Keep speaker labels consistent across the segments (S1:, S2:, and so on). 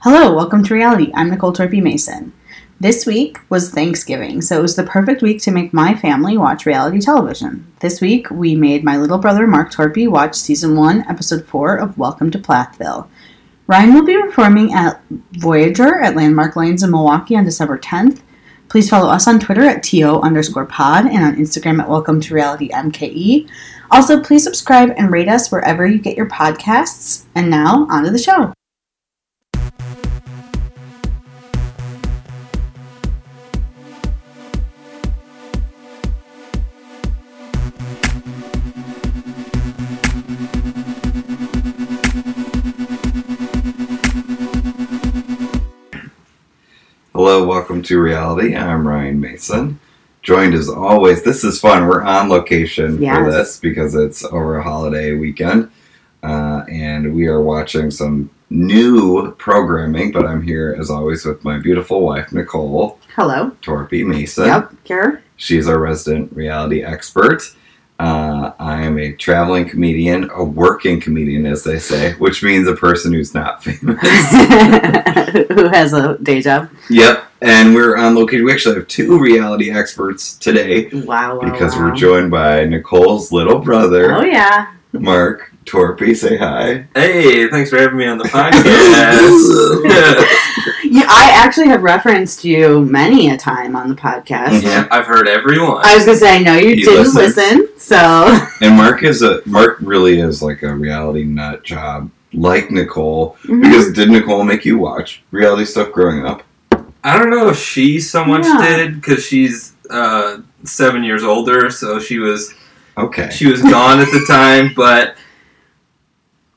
S1: Hello, welcome to reality. I'm Nicole Torpy Mason. This week was Thanksgiving, so it was the perfect week to make my family watch reality television. This week, we made my little brother Mark Torpy watch season 1, episode 4 of Welcome to Plathville. Ryan will be performing at Voyager at Landmark Lanes in Milwaukee on December 10th. Please follow us on Twitter at TO underscore pod and on Instagram at Welcome to Reality MKE. Also, please subscribe and rate us wherever you get your podcasts. And now, onto the show.
S2: Hello, welcome to reality. I'm Ryan Mason. Joined as always, this is fun. We're on location for
S1: Yes.
S2: this because it's over a holiday weekend. Uh, and we are watching some new programming, but I'm here as always with my beautiful wife, Nicole
S1: Hello.
S2: Torpy Mason.
S1: Kara.
S2: She's our resident reality expert. Uh, I am a traveling comedian, a working comedian, as they say, which means a person who's not famous.
S1: Who has a day job?
S2: Yep, and we're on location. We actually have two reality experts today
S1: Wow. wow,
S2: because
S1: wow.
S2: we're joined by Nicole's little brother,
S1: Oh yeah.
S2: Mark Torpy. Say hi.
S3: Hey, thanks for having me on the podcast.
S1: Yeah, I actually have referenced you many a time on the podcast.
S2: Mhm.
S3: yeah, I've heard everyone.
S1: I was gonna say I know you
S2: He
S1: didn't
S2: listens.
S1: listen, so
S2: And Mark is a Mark really is like a reality nut job, like Nicole.
S1: Mhm.
S2: Because did Nicole make you watch reality stuff growing up?
S3: I don't know if she so much
S1: Yeah.
S3: did because she's uh, seven years older, so she was
S2: Okay,
S3: she was gone at the time. But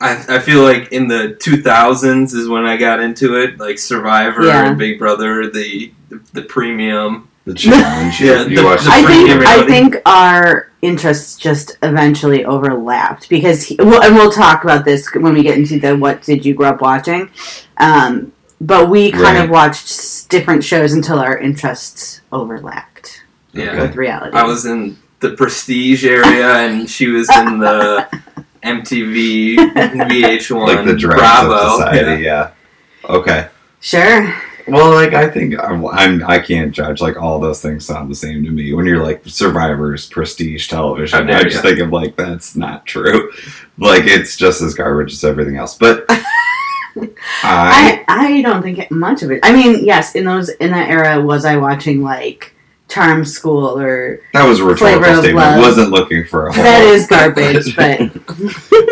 S3: I, I feel like in the two thousands is when I got into it, like Survivor
S1: Yeah.
S3: and Big Brother, the the premium.
S2: the challenge.
S3: Yeah,
S2: you
S3: the-
S2: watched
S3: the
S1: I think
S3: premium
S1: I
S3: reality.
S1: think our interests just eventually overlapped because he, well, and we'll talk about this when we get into the what did you grow up watching, um, but we kind of
S2: Right.
S1: watched s- different shows until our interests overlapped
S3: Yeah,
S2: Okay.
S1: with reality.
S3: I was in the Prestige area, and she was in the MTV, VH1,
S2: like the dregs of
S3: Bravo.
S2: society. Yeah. Okay.
S1: sure.
S2: Well, like I think I'm, I'm I can't judge. Like all those things sound the same to me. When you're like Survivor's prestige
S3: How
S2: television,
S3: dare
S2: I just
S3: ya.
S2: think of like that's not true. Like it's just as garbage as everything else. But I,
S1: I I don't think it, much of it. I mean, yes, in those in that era, was I watching like Charm School or
S2: that was a rhetorical
S1: Flavor of
S2: statement.
S1: Love.
S2: I wasn't looking for a whole.
S1: that is garbage, but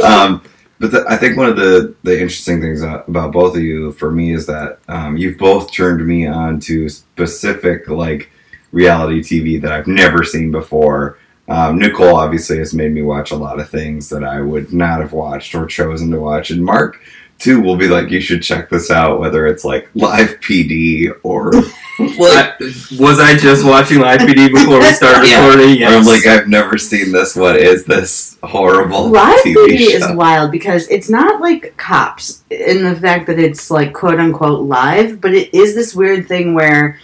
S2: um, but the, I think one of the, the interesting things a- about both of you for me is that um, you've both turned me on to specific like reality TV that I've never seen before. Um, Nicole obviously has made me watch a lot of things that I would not have watched or chosen to watch, and Mark too will be like, "You should check this out," whether it's like Live PD or
S3: I, was I just watching live PD before we started
S2: Yeah.
S3: recording?
S2: or I'm
S3: Yes.
S2: like, "I've never seen this. What is this horrible
S1: Live
S2: TV
S1: Beauty
S2: show?"
S1: is wild because it's not like cops in the fact that it's like quote unquote live, but it is this weird thing where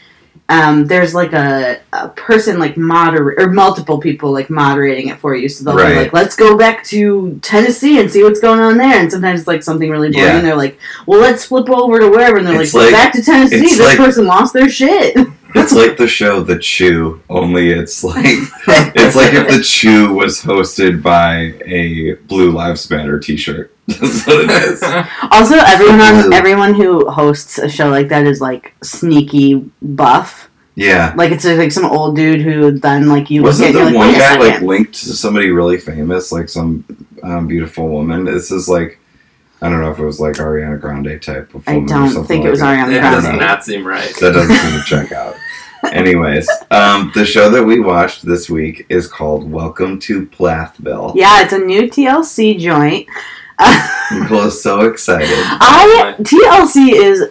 S1: um, there's like a, a person like moderate or multiple people like moderating it for you. So they'll
S2: Right.
S1: be like, let's go back to Tennessee and see what's going on there. And sometimes it's like something really boring.
S2: Yeah.
S1: And they're like, well, let's flip over to wherever. And they're
S2: It's
S1: like,
S2: like-
S1: back to Tennessee.
S2: it's
S1: This
S2: like-
S1: person lost their shit.
S2: It's like the show The Chew, only it's like it's like if The Chew was hosted by a Blue Lives Matter T-shirt. That's what it is.
S1: Also, everyone on
S2: Blue.
S1: everyone who hosts a show like that is like sneaky buff.
S2: Yeah.
S1: Like it's like some old dude who then like you look
S2: Wasn't
S1: at
S2: the
S1: and you're
S2: one
S1: like,
S2: guy
S1: Wait a
S2: like
S1: second.
S2: linked to somebody really famous, like some um, beautiful woman? This is like I don't know if it was like Ariana Grande type of
S1: I
S2: woman or
S1: don't
S2: something
S1: think it
S2: like
S1: was
S2: that.
S1: Ariana
S3: It does
S1: Grande.
S3: not seem right.
S2: That doesn't seem to check out. Anyways, um, the show that we watched this week is called Welcome to Plathville.
S1: Yeah, it's a new TLC joint.
S2: Nicole's so excited.
S1: I TLC is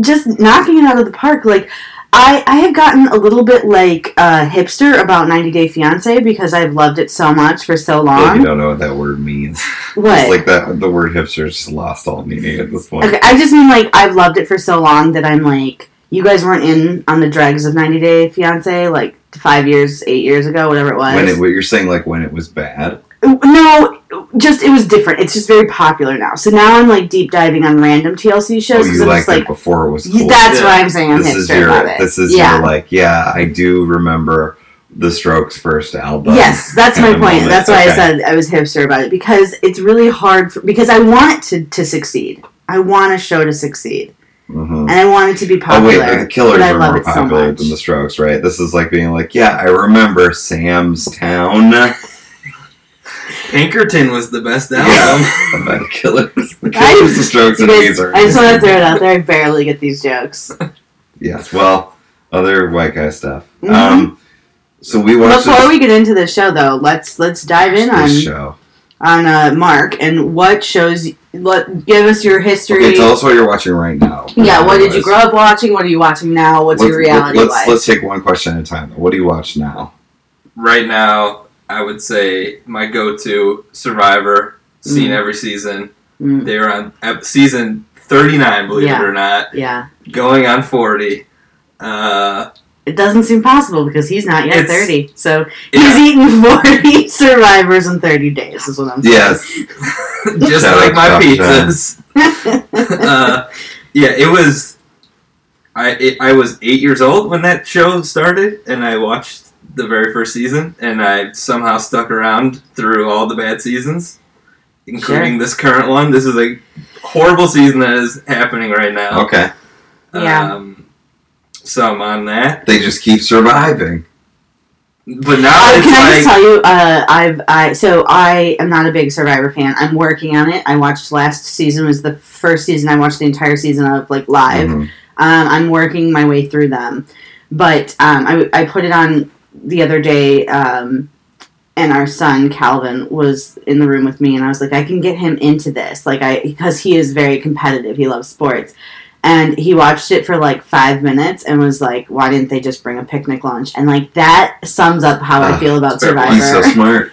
S1: just knocking it out of the park. Like I, I have gotten a little bit like uh, hipster about 90 Day Fiance because I've loved it so much for so
S2: Well, you
S1: long.
S2: don't know what that word means.
S1: What?
S2: It's like um, that the word hipster just lost all meaning at this point.
S1: Okay, I just mean like I've loved it for so long that I'm like, you guys weren't in on the dregs of 90 Day Fiance like five years, eight years ago, whatever it was.
S2: When it, what you're saying like when it was bad.
S1: No, just it was different. It's just very popular now. So now I'm like deep diving on random TLC
S2: Oh,
S1: shows. 'cause
S2: you
S1: I'm
S2: liked
S1: just like,
S2: it before it was
S1: "Y-
S2: cool.
S1: that's
S3: Yeah.
S1: what I'm saying. I'm
S2: this is
S1: hipster
S2: your
S1: about it.
S2: this is
S1: yeah.
S2: your like yeah I do remember the Strokes first album.
S1: Yes, that's
S2: in
S1: my
S2: the
S1: point.
S2: moment.
S1: That's why
S2: Okay.
S1: I said I was hipster about it because it's really hard for, because I want it to, to succeed. I want a show to succeed,
S2: hmm
S1: and I want it to be
S2: Oh
S1: popular.
S2: wait, but the Killers
S1: but I
S2: are
S1: love
S2: more
S1: it so
S2: popular
S1: much.
S2: than the Strokes, right? This is like being like yeah I remember Sam's Town.
S3: Pinkerton was the best album.
S2: Yeah, about the Killers. The Killers, the Strokes,
S1: You
S2: and
S1: guys-
S2: Weezer.
S1: I just want to throw it out there. I barely get these jokes.
S2: Yes, well, other white guy stuff.
S1: Mhm.
S2: Um, so we watched
S1: Before
S2: this,
S1: we get into this show, though, let's let's dive in on
S2: this show.
S1: on uh, Mark and what shows. Let give us your history.
S2: Okay, tell us what you're watching right now.
S1: yeah, what did you grow up watching? What are you watching now? What's your reality
S2: Let's
S1: like?
S2: let's take one question at a time. What do you watch now?
S3: Right now, I would say my go-to Survivor. Seen
S1: Mm.
S3: every season.
S1: Mm,
S3: They were on ep- season 39, believe
S1: Yeah.
S3: it or not,
S1: yeah,
S3: going on 40. Uh,
S1: it doesn't seem possible because he's not yet
S3: It's-
S1: thirty. So he's
S3: yeah,
S1: eaten forty survivors in thirty days. Is what I'm saying.
S2: Yes,
S3: just
S2: Shout out
S3: like my
S2: to Papa John's.
S3: pizzas. uh, yeah, it was. I it, I was eight years old when that show started, and I watched the very first season, and I somehow stuck around through all the bad seasons, including this current one. This is a horrible season that is happening right now.
S2: Okay,
S1: Yeah.
S3: Um, so I'm on that,
S2: they just keep surviving.
S3: but now
S1: Uh,
S3: it's
S1: can I
S3: like
S1: just tell you? Uh, I've I so I am not a big Survivor fan. I'm working on it. I watched last season was the first season I watched the entire season of like live.
S2: Mhm.
S1: Um, I'm working my way through them, but um, I, I put it on the other day, um, and our son Calvin was in the room with me, and I was like, I can get him into this, like I because he is very competitive. He loves sports, and he watched it for like five minutes and was like, Why didn't they just bring a picnic lunch? And like that sums up how I
S2: Ah,
S1: feel about
S3: fair point.
S1: Survivor.
S2: He's so smart.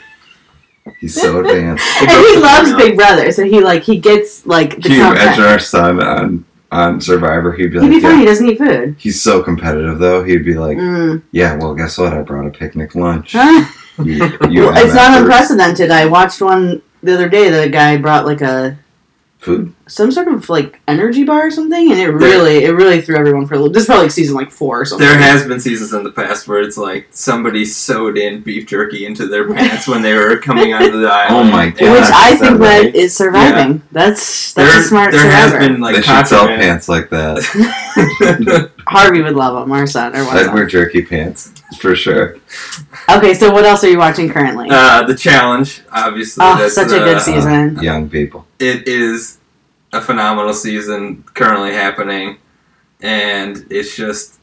S2: He's so advanced.
S1: and he loves Big Brother, so he like he gets like the
S2: Can you
S1: content.
S2: imagine our son on on Survivor? He'd be
S1: He'd
S2: like,
S1: be fine.
S2: yeah.
S1: He doesn't eat food.
S2: He's so competitive though. He'd be like,
S1: Mm.
S2: yeah, well, guess what? I brought a picnic lunch. You, you
S1: Well,
S2: have
S1: it's not
S2: effort.
S1: unprecedented. I watched one the other day. The guy brought like a
S2: Food.
S1: some sort of like energy bar or something, and it
S3: There-
S1: really it really threw everyone for a little. This is probably like season like four or something.
S3: There has been seasons in the past where it's like somebody sewed in beef jerky into their pants when they were coming onto the
S2: Oh
S3: island.
S2: my god!
S1: which I
S2: is that
S1: think
S2: right?
S1: that is surviving. That's that's
S3: there,
S1: a smart
S3: there has
S1: survivor.
S3: been
S2: they
S3: like
S2: should sell
S3: contraband.
S2: pants like that.
S1: Harvey would love him, our son or
S2: I'd
S1: whatever.
S2: wear jerky pants for sure.
S1: Okay, so what else are you watching currently?
S3: uh, the challenge, obviously.
S1: oh,
S3: that's,
S1: such a good
S3: uh,
S1: season.
S2: Young people.
S3: It is a phenomenal season currently happening, and it's just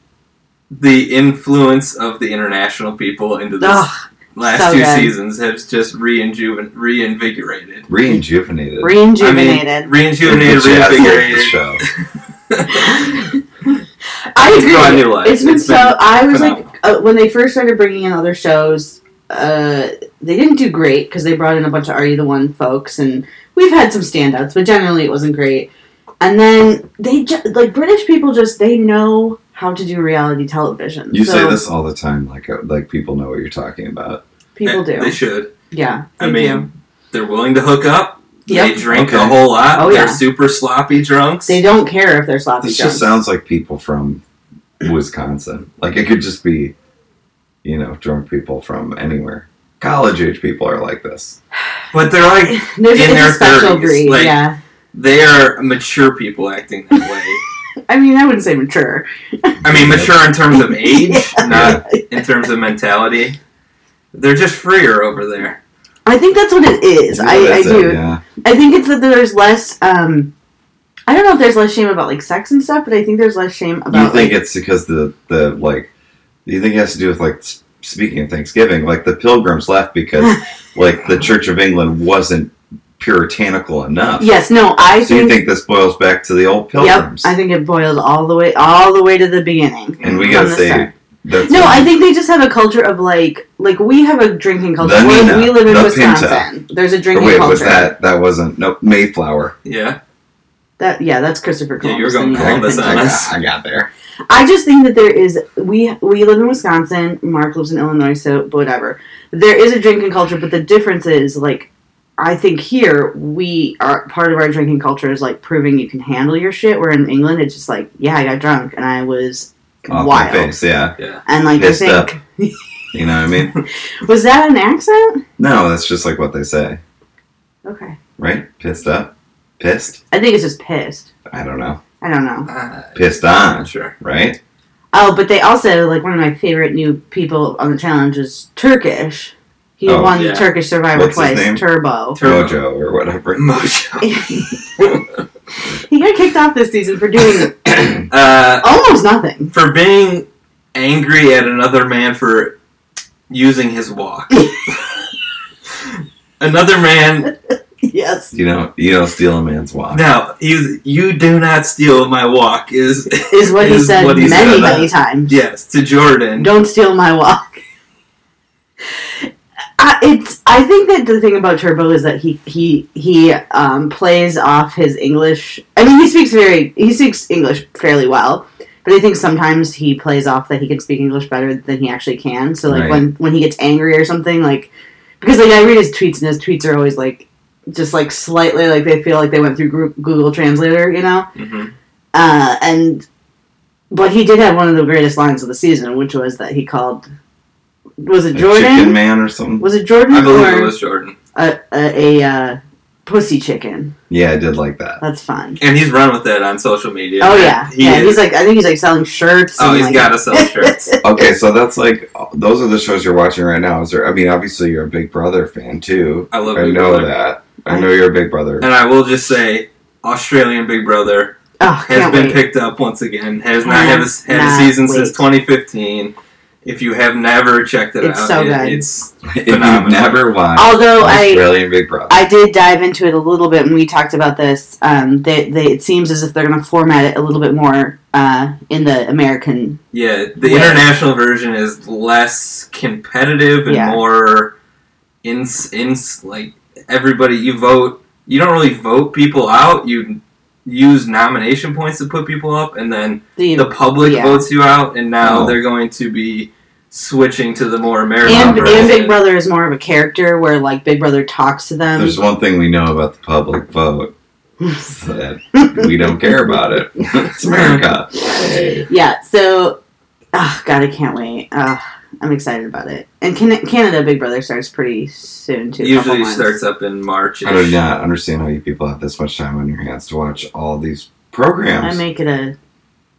S3: the influence of the international people into this
S1: Ugh,
S3: last
S1: Ah, so
S3: two
S1: good.
S3: seasons has just reinjuven- reinvigorated.
S2: Reinjuvenated.
S3: I mean,
S1: reinjuvenated.
S2: The
S3: reinjuvenated,
S2: jazz of the
S3: reinvigorated.
S2: show.
S1: I
S3: It's brought
S1: agree.
S3: new life.
S1: it's been
S3: It's
S1: so.
S3: been
S1: I was
S3: phenomenal.
S1: like, uh, when they first started bringing in other shows, uh, they didn't do great because they brought in a bunch of Are You the One folks, and we've had some standouts, but generally it wasn't great. And then they ju- like British people just they know how to do reality television.
S2: You
S1: so
S2: say this all the time, like uh, like people know what you're talking about.
S1: people
S3: They-
S1: do.
S3: They should.
S1: yeah,
S3: I
S1: they
S3: mean,
S1: do.
S3: they're willing to hook up.
S1: Yep.
S3: They drink
S2: Okay.
S3: a whole lot.
S1: Oh, yeah.
S3: they're super sloppy drunks.
S1: they don't care if they're sloppy.
S2: This just
S1: drunk.
S2: sounds like people from Wisconsin. Like it could just be, you know, drunk people from anywhere. College age people are like this.
S3: but they're like
S1: There's,
S3: in
S1: it's
S3: their
S1: a special
S3: 30s,
S1: breed.
S3: like-
S1: yeah,
S3: they are mature people acting that way.
S1: I mean, I wouldn't say mature.
S3: I mean, mature in terms of age,
S2: Yeah.
S3: not in terms of mentality. They're just freer over there.
S1: I think that's what it is. I, I
S2: That's it,
S1: do.
S2: Yeah.
S1: I think it's that there's less. Um, I don't know if there's less shame about like sex and stuff, but I think there's less shame about.
S2: you think
S1: like,
S2: it's because the the like you think it has to do with like s- speaking of thanksgiving like the pilgrims left because like the church of england wasn't puritanical enough
S1: yes, no, I
S2: so you
S1: think.
S2: think this boils back to the old
S1: Yep,
S2: pilgrims
S1: I think it boils all the way, all the way to the beginning.
S2: and we
S1: from
S2: gotta
S1: the
S2: say
S1: start.
S2: that's
S1: No,
S2: what-
S1: I think they just have a culture of like, like we have a drinking culture.
S2: The
S1: we,
S2: Nina,
S1: we live in
S2: the
S1: Wisconsin. There's a
S2: or
S1: drinking
S2: wait
S1: culture.
S2: was that that wasn't no mayflower
S3: Yeah,
S1: That- yeah, that's Christopher
S3: Yeah,
S1: Columbus.
S3: you were going
S1: and the other
S3: Columbus
S1: thing.
S3: on
S2: I,
S3: it.
S2: got, I got there
S1: I just think that there is we we live in Wisconsin. Mark lives in Illinois, so whatever. there is a drinking culture, but the difference is like I think here we are part of our drinking culture is like proving you can handle your shit. Where in England, it's just like yeah, I got drunk and I was
S2: Off my
S1: wild,
S2: face, yeah.
S1: and like I
S2: Pissed
S1: think
S2: up. You know what I mean?
S1: was that an accent?
S2: No, that's just like what they say,
S1: Okay,
S2: right? Pissed up? Pissed?
S1: I think it's just pissed.
S2: I don't know.
S1: I don't know.
S3: Uh,
S2: Pissed
S3: I'm
S2: on,
S3: not sure.
S2: right?
S1: Oh, but they also like one of my favorite new people on the challenge is Turkish. He
S2: Oh,
S1: won
S3: yeah.
S1: Turkish Survivor
S2: What's his
S1: twice.
S2: name?
S1: Turbo.
S3: Turbo.
S2: Mojo or whatever.
S3: Mojo.
S1: he got kicked off this season for doing
S3: Uh,
S1: almost nothing.
S3: for being angry at another man for using his walk. another man.
S1: Yes,
S2: You know, you don't steal a man's walk.
S3: Now, you you do not steal my walk is
S1: is what he
S3: Is
S1: said
S3: what he
S1: many
S3: said.
S1: many times.
S3: yes to Jordan.
S1: Don't steal my walk. I, it's. I think that the thing about Turbo is that he he he um, plays off his English. I mean, he speaks very he speaks English fairly well, but I think sometimes he plays off that he can speak English better than he actually can. So like
S2: Right.
S1: when when he gets angry or something, like because like I read his tweets and his tweets are always like just like slightly like they feel like they went through Gru- Google Translator, you know.
S3: Mhm.
S1: Uh, and but he did have one of the greatest lines of the season, which was that he called was
S2: A
S1: it
S2: chicken
S1: Jordan?
S2: man or something?
S1: Was it Jordan
S3: I believe it
S1: or
S3: was Jordan,
S1: a a, a uh, pussy chicken?
S2: Yeah, I did like that.
S1: That's fun.
S3: and he's run with that on social media.
S1: oh yeah,
S3: he
S1: yeah. He's
S3: is-
S1: like I think he's like selling shirts.
S3: oh,
S1: and,
S3: he's
S1: like, Oh,
S3: got to sell shirts.
S2: Okay, so that's like those are the shows you're watching right now. Is there? I mean, obviously you're a Big Brother fan too.
S3: I love
S2: I
S3: Big
S2: know
S3: Brother.
S2: that. I know you're a Big Brother.
S3: And I will just say, Australian Big Brother
S1: oh,
S3: has
S1: can't
S3: been
S1: wait.
S3: picked up once again. Has not
S1: Cannot
S3: had a, had a season since
S1: wait.
S3: 2015. If you have never checked it
S1: It's
S3: out,
S1: so
S3: it-
S1: good.
S3: it's
S2: if
S3: phenomenal.
S2: you've never watched
S1: Although I
S2: Australian Big Brother,
S1: I did dive into it a little bit, and we talked about this. Um, they, they it seems as if they're going to format it a little bit more uh, in the American.
S3: yeah. The
S1: Yeah.
S3: international version is less competitive and
S1: Yeah.
S3: more ins ins like everybody. You vote. You don't really vote people out. You use nomination points to put people up, and then
S1: The,
S3: the public
S1: Yeah.
S3: votes you out, and now
S2: Oh.
S3: they're going to be switching to the more American
S1: and,
S2: Brother.
S1: and Big
S3: version.
S1: Brother is more of a character where like Big Brother talks to them.
S2: there's one thing we know about the public vote. is that we don't care about it. it's America. Hey.
S1: yeah, so oh god, I can't wait. Ugh, I'm excited about it. And Can- Canada Big Brother starts pretty soon too. a couple
S3: Usually
S1: months.
S3: starts up in March.
S2: I do not understand how you people have this much time on your hands to watch all these programs.
S1: I make it a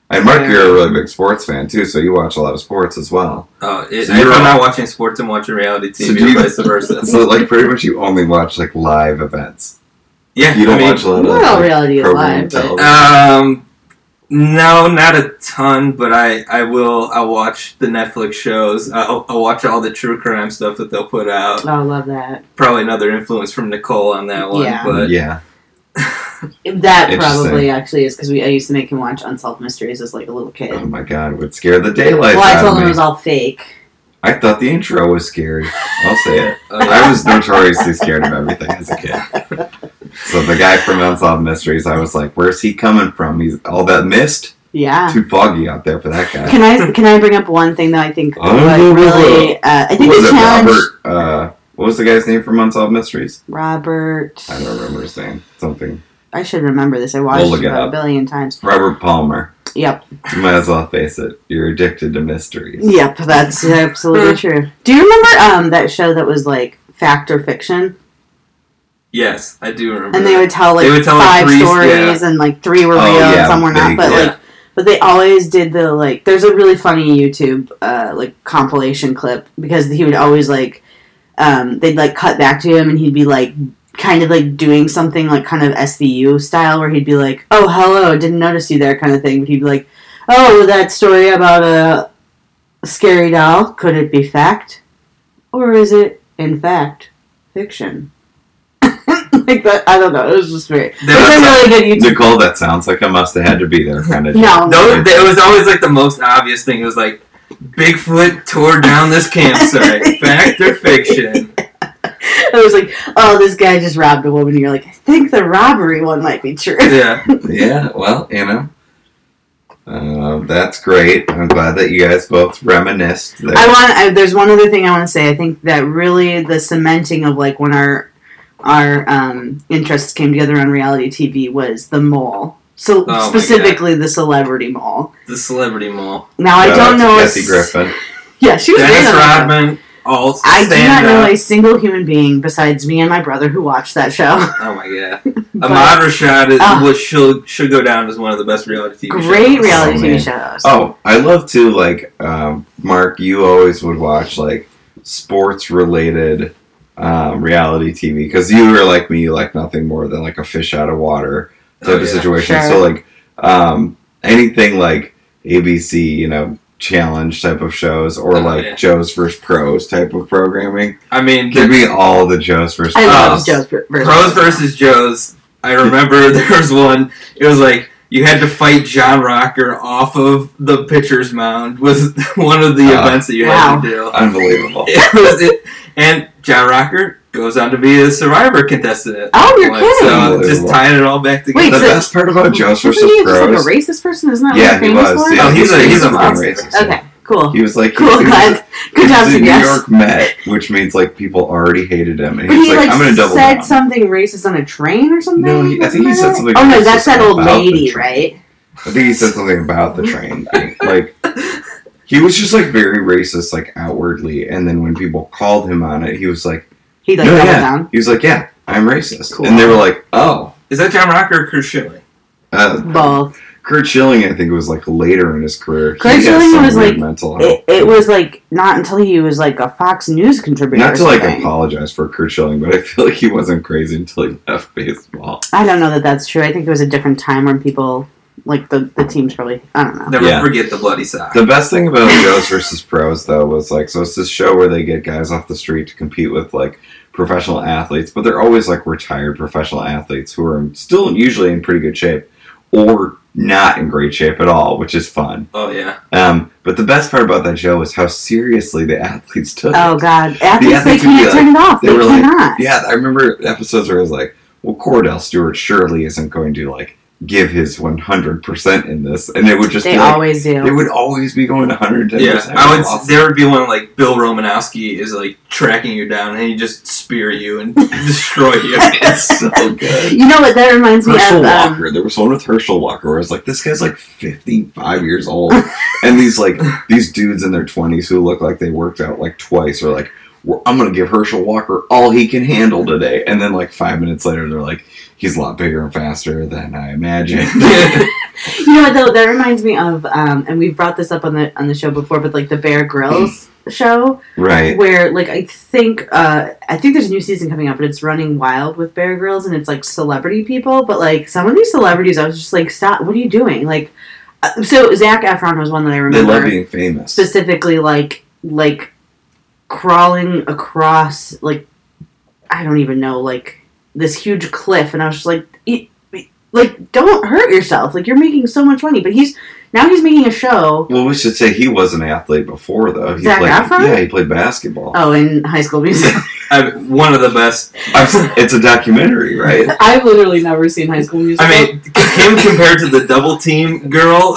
S2: and Mark, you're a really big sports fan too, so you watch a lot of sports as well.
S3: Oh, it,
S2: So
S3: if
S2: you're-
S3: I'm not watching sports, I'm watching reality
S2: So
S3: TV,
S2: do
S3: or
S2: you-
S3: vice versa.
S2: So like pretty much you only watch like live events.
S3: yeah,
S2: You don't
S3: I mean,
S2: watch a lot of
S1: not all
S2: like,
S1: reality is
S2: program
S1: live, but
S2: television.
S3: Um, no, not a ton, but I, I will. I'll watch the Netflix shows. I'll, I'll watch all the true crime stuff that they'll put out.
S1: I love that.
S3: Probably another influence from Nicole on that one.
S1: Yeah.
S3: But
S2: yeah.
S1: That
S2: Interesting.
S1: probably actually is because we I used to make him watch Unsolved Mysteries as like a little kid.
S2: Oh my god, it would scare the daylight
S1: well, I
S2: out
S1: told
S2: of
S1: him
S2: me.
S1: it was all fake.
S2: I thought the intro was scary. I'll say it.
S3: uh,
S2: I was notoriously scared of everything as a kid. So the guy from Unsolved Mysteries, I was like, "Where's he coming from? He's all that mist.
S1: Yeah.
S2: Too foggy out there for that guy."
S1: Can I can I bring up one thing that I think
S2: Oh,
S1: would really? Uh, I
S2: Who
S1: think
S2: was
S1: the
S2: it?
S1: challenge
S2: Robert. Uh, what was the guy's name from Unsolved Mysteries?
S1: Robert-
S2: I don't remember his name. Something.
S1: I should remember this. I watched
S2: look
S1: it
S2: it
S1: about a
S2: up.
S1: billion times.
S2: Robert Palmer.
S1: Yep.
S2: You might as well face it. You're addicted to mysteries.
S1: Yep, that's absolutely true. Do you remember um, that show that was like fact or fiction?
S3: yes, I do remember.
S1: And they would tell like
S3: They would tell, like,
S1: five
S3: three-
S1: stories and like three were
S2: Oh,
S1: real and
S2: yeah,
S1: some were not.
S2: they-
S1: but
S3: yeah.
S1: like, but they always did the like. There's a really funny YouTube uh, like compilation clip because he would always like um, they'd like cut back to him and he'd be like kind of like doing something like kind of SVU style where he'd be like, "Oh, hello, didn't notice you there," kind of thing. But he'd be like, "Oh, that story about a scary doll. Could it be fact, or is it in fact fiction?" like that. I don't know. It was just weird.
S3: There
S1: it's a
S3: was
S1: really good YouTube.
S2: Nicole, that sounds like I must have had to be there kind of
S1: No,
S3: Those, it was always like the most obvious thing. It was like Bigfoot tore down this campsite. Fact or fiction?
S1: it was like, "Oh, this guy just robbed a woman." You're like, "I think the robbery one might be true."
S3: Yeah.
S2: Yeah, well, you know. Uh, that's great. I'm glad that you guys both reminisced. There.
S1: I want. I, there's one other thing I want to say. I think that really the cementing of like when our our um, interests came together on reality TV was the mole. So
S3: Oh my God.
S1: specifically the celebrity mole.
S3: The celebrity mall.
S1: Now I
S2: Shout out
S1: don't
S2: to
S1: know. a
S2: Jesse
S1: s-
S2: Griffin.
S1: Yeah, she was great
S3: Dennis
S1: on that.
S3: Rodman. All
S1: I do not
S3: stand
S1: know
S3: up.
S1: a single human being besides me and my brother who watched that show.
S3: Oh my god. Ahmad Rashad is
S1: Ah.
S3: what she'll should go down as one of the best reality TV
S1: Great
S3: shows.
S1: reality
S2: Oh,
S1: TV
S2: man.
S1: shows.
S2: Oh, I love to like um, Mark. You always would watch like sports related um, reality TV because you were like me. You like nothing more than like a fish out of water type
S3: Oh,
S2: of
S3: yeah.
S2: situation.
S1: Sure.
S2: So like um, anything like ABC, you know, challenge type of shows or
S3: Oh,
S2: like
S3: yeah.
S2: Joe's versus Pros type of programming.
S3: I mean
S2: Give me all the Joe's versus
S1: I love
S3: Oh,
S1: Joe's versus
S3: Pros versus Joes. I remember there was one. It was like you had to fight John Rocker off of the pitcher's mound. Was one of the
S2: Ah.
S3: events that you
S1: Wow.
S3: had to do.
S2: Unbelievable.
S3: It was it, and John Rocker goes on to be a Survivor contestant. at
S1: Oh,
S3: that
S1: you're
S3: point.
S1: kidding.
S3: So
S2: uh,
S3: just tying it all back
S2: the
S1: Wait,
S3: together.
S1: so-
S2: best part about Joe's
S1: Isn't
S2: versus
S1: he just like a
S2: Pros.
S1: racist person? Isn't that
S2: yeah,
S1: what
S2: he
S1: you're famous
S2: was.
S1: for?
S2: Yeah,
S3: Oh, he's a- he's
S2: famous
S3: a
S2: for
S3: monster.
S2: racist.
S1: Okay, cool.
S2: He was like
S1: Cool,
S2: he was-
S1: glad. Good
S2: He
S1: job,
S2: was a New
S1: CBS.
S2: York Met, which means like people already hated him, and
S1: But
S2: he was
S1: he
S2: like,
S1: like
S2: "I'm gonna double
S1: said
S2: down."
S1: something racist on a train or something.
S2: No, he- I think he
S1: Wasn't
S2: said
S1: that
S2: something
S1: it? Oh no,
S2: racist
S1: that's that old
S2: about the
S1: lady,
S2: train.
S1: right?
S2: I think he said something about the train thing. Like he was just like very racist, like outwardly, and then when people called him on it, he was like,
S1: He like
S2: No,
S1: doubled
S2: yeah.
S1: down.
S2: he was like, "Yeah, I'm racist,"
S1: Cool.
S2: and they were like, "Oh."
S3: Is that John Rocker or Chris Schilling?
S2: Uh,
S1: Both.
S2: Kurt Schilling, I think, was like later in his career. He
S1: Kurt
S2: has
S1: Schilling
S2: some
S1: was,
S2: weird
S1: like,
S2: mental health
S1: It, it was like not until he was like a Fox News contributor.
S2: Not
S1: or
S2: to like
S1: something.
S2: apologize for Kurt Schilling, but I feel like he wasn't crazy until he left baseball.
S1: I don't know that that's true. I think it was a different time when people like the the teams probably. I don't know.
S3: Never
S2: Yeah.
S3: forget the bloody sock.
S2: The best thing about Joe's versus Pros though was like so it's this show where they get guys off the street to compete with like professional athletes, but they're always like retired professional athletes who are still usually in pretty good shape or not in great shape at all, which is fun.
S3: oh yeah.
S2: Um, but the best part about that show was how seriously the athletes took it.
S1: Oh God, athletes they
S2: athletes would be
S1: can't
S2: like-
S1: turn it off. They,
S2: they were like-
S1: cannot.
S2: Yeah, I remember episodes where I was like, well, Cordell Stewart surely isn't going to like give his 100% in this. And it would just
S1: they
S2: be like,
S1: always do.
S2: they would always be going 110%.
S3: Yeah, I would. There would be one like Bill Romanowski is like tracking you down, and he just spear you and destroy you.
S2: It's so good.
S1: you know what? That reminds me of.
S2: Herschel
S1: Um,
S2: Walker. There was one with Herschel Walker where I was like, this guy's like 55 years old. and these like these dudes in their 20s who look like they worked out like twice are like, "Well, I'm going to give Herschel Walker all he can handle today. And then like five minutes later, they're like, he's a lot bigger and faster than I imagined.
S1: you know what though? That reminds me of. Um, and we've brought this up on the on the show before, but like the Bear Grylls show,
S2: Mm. right.
S1: where like I think uh, I think there's a new season coming up, but it's running wild with Bear Grylls, and it's like celebrity people. But like some of these celebrities, I was just like, stop! What are you doing? Like, uh, so Zach Efron was one that I
S2: They
S1: remember.
S2: love being famous.
S1: specifically like like crawling across like I don't even know like this huge cliff, and I was just like, "E- e- like don't hurt yourself. Like you're making so much money, but he's now he's making a show.
S2: Well, we should say he was an athlete before, though. He
S1: Zac
S2: played,
S1: Efron?
S2: Yeah, he played basketball.
S1: Oh, in High School Musical,
S3: I, one of the best.
S1: Oh.
S2: I've- it's a documentary, right?
S1: I've literally never seen High School Musical.
S3: I mean, him compared to the double team girl.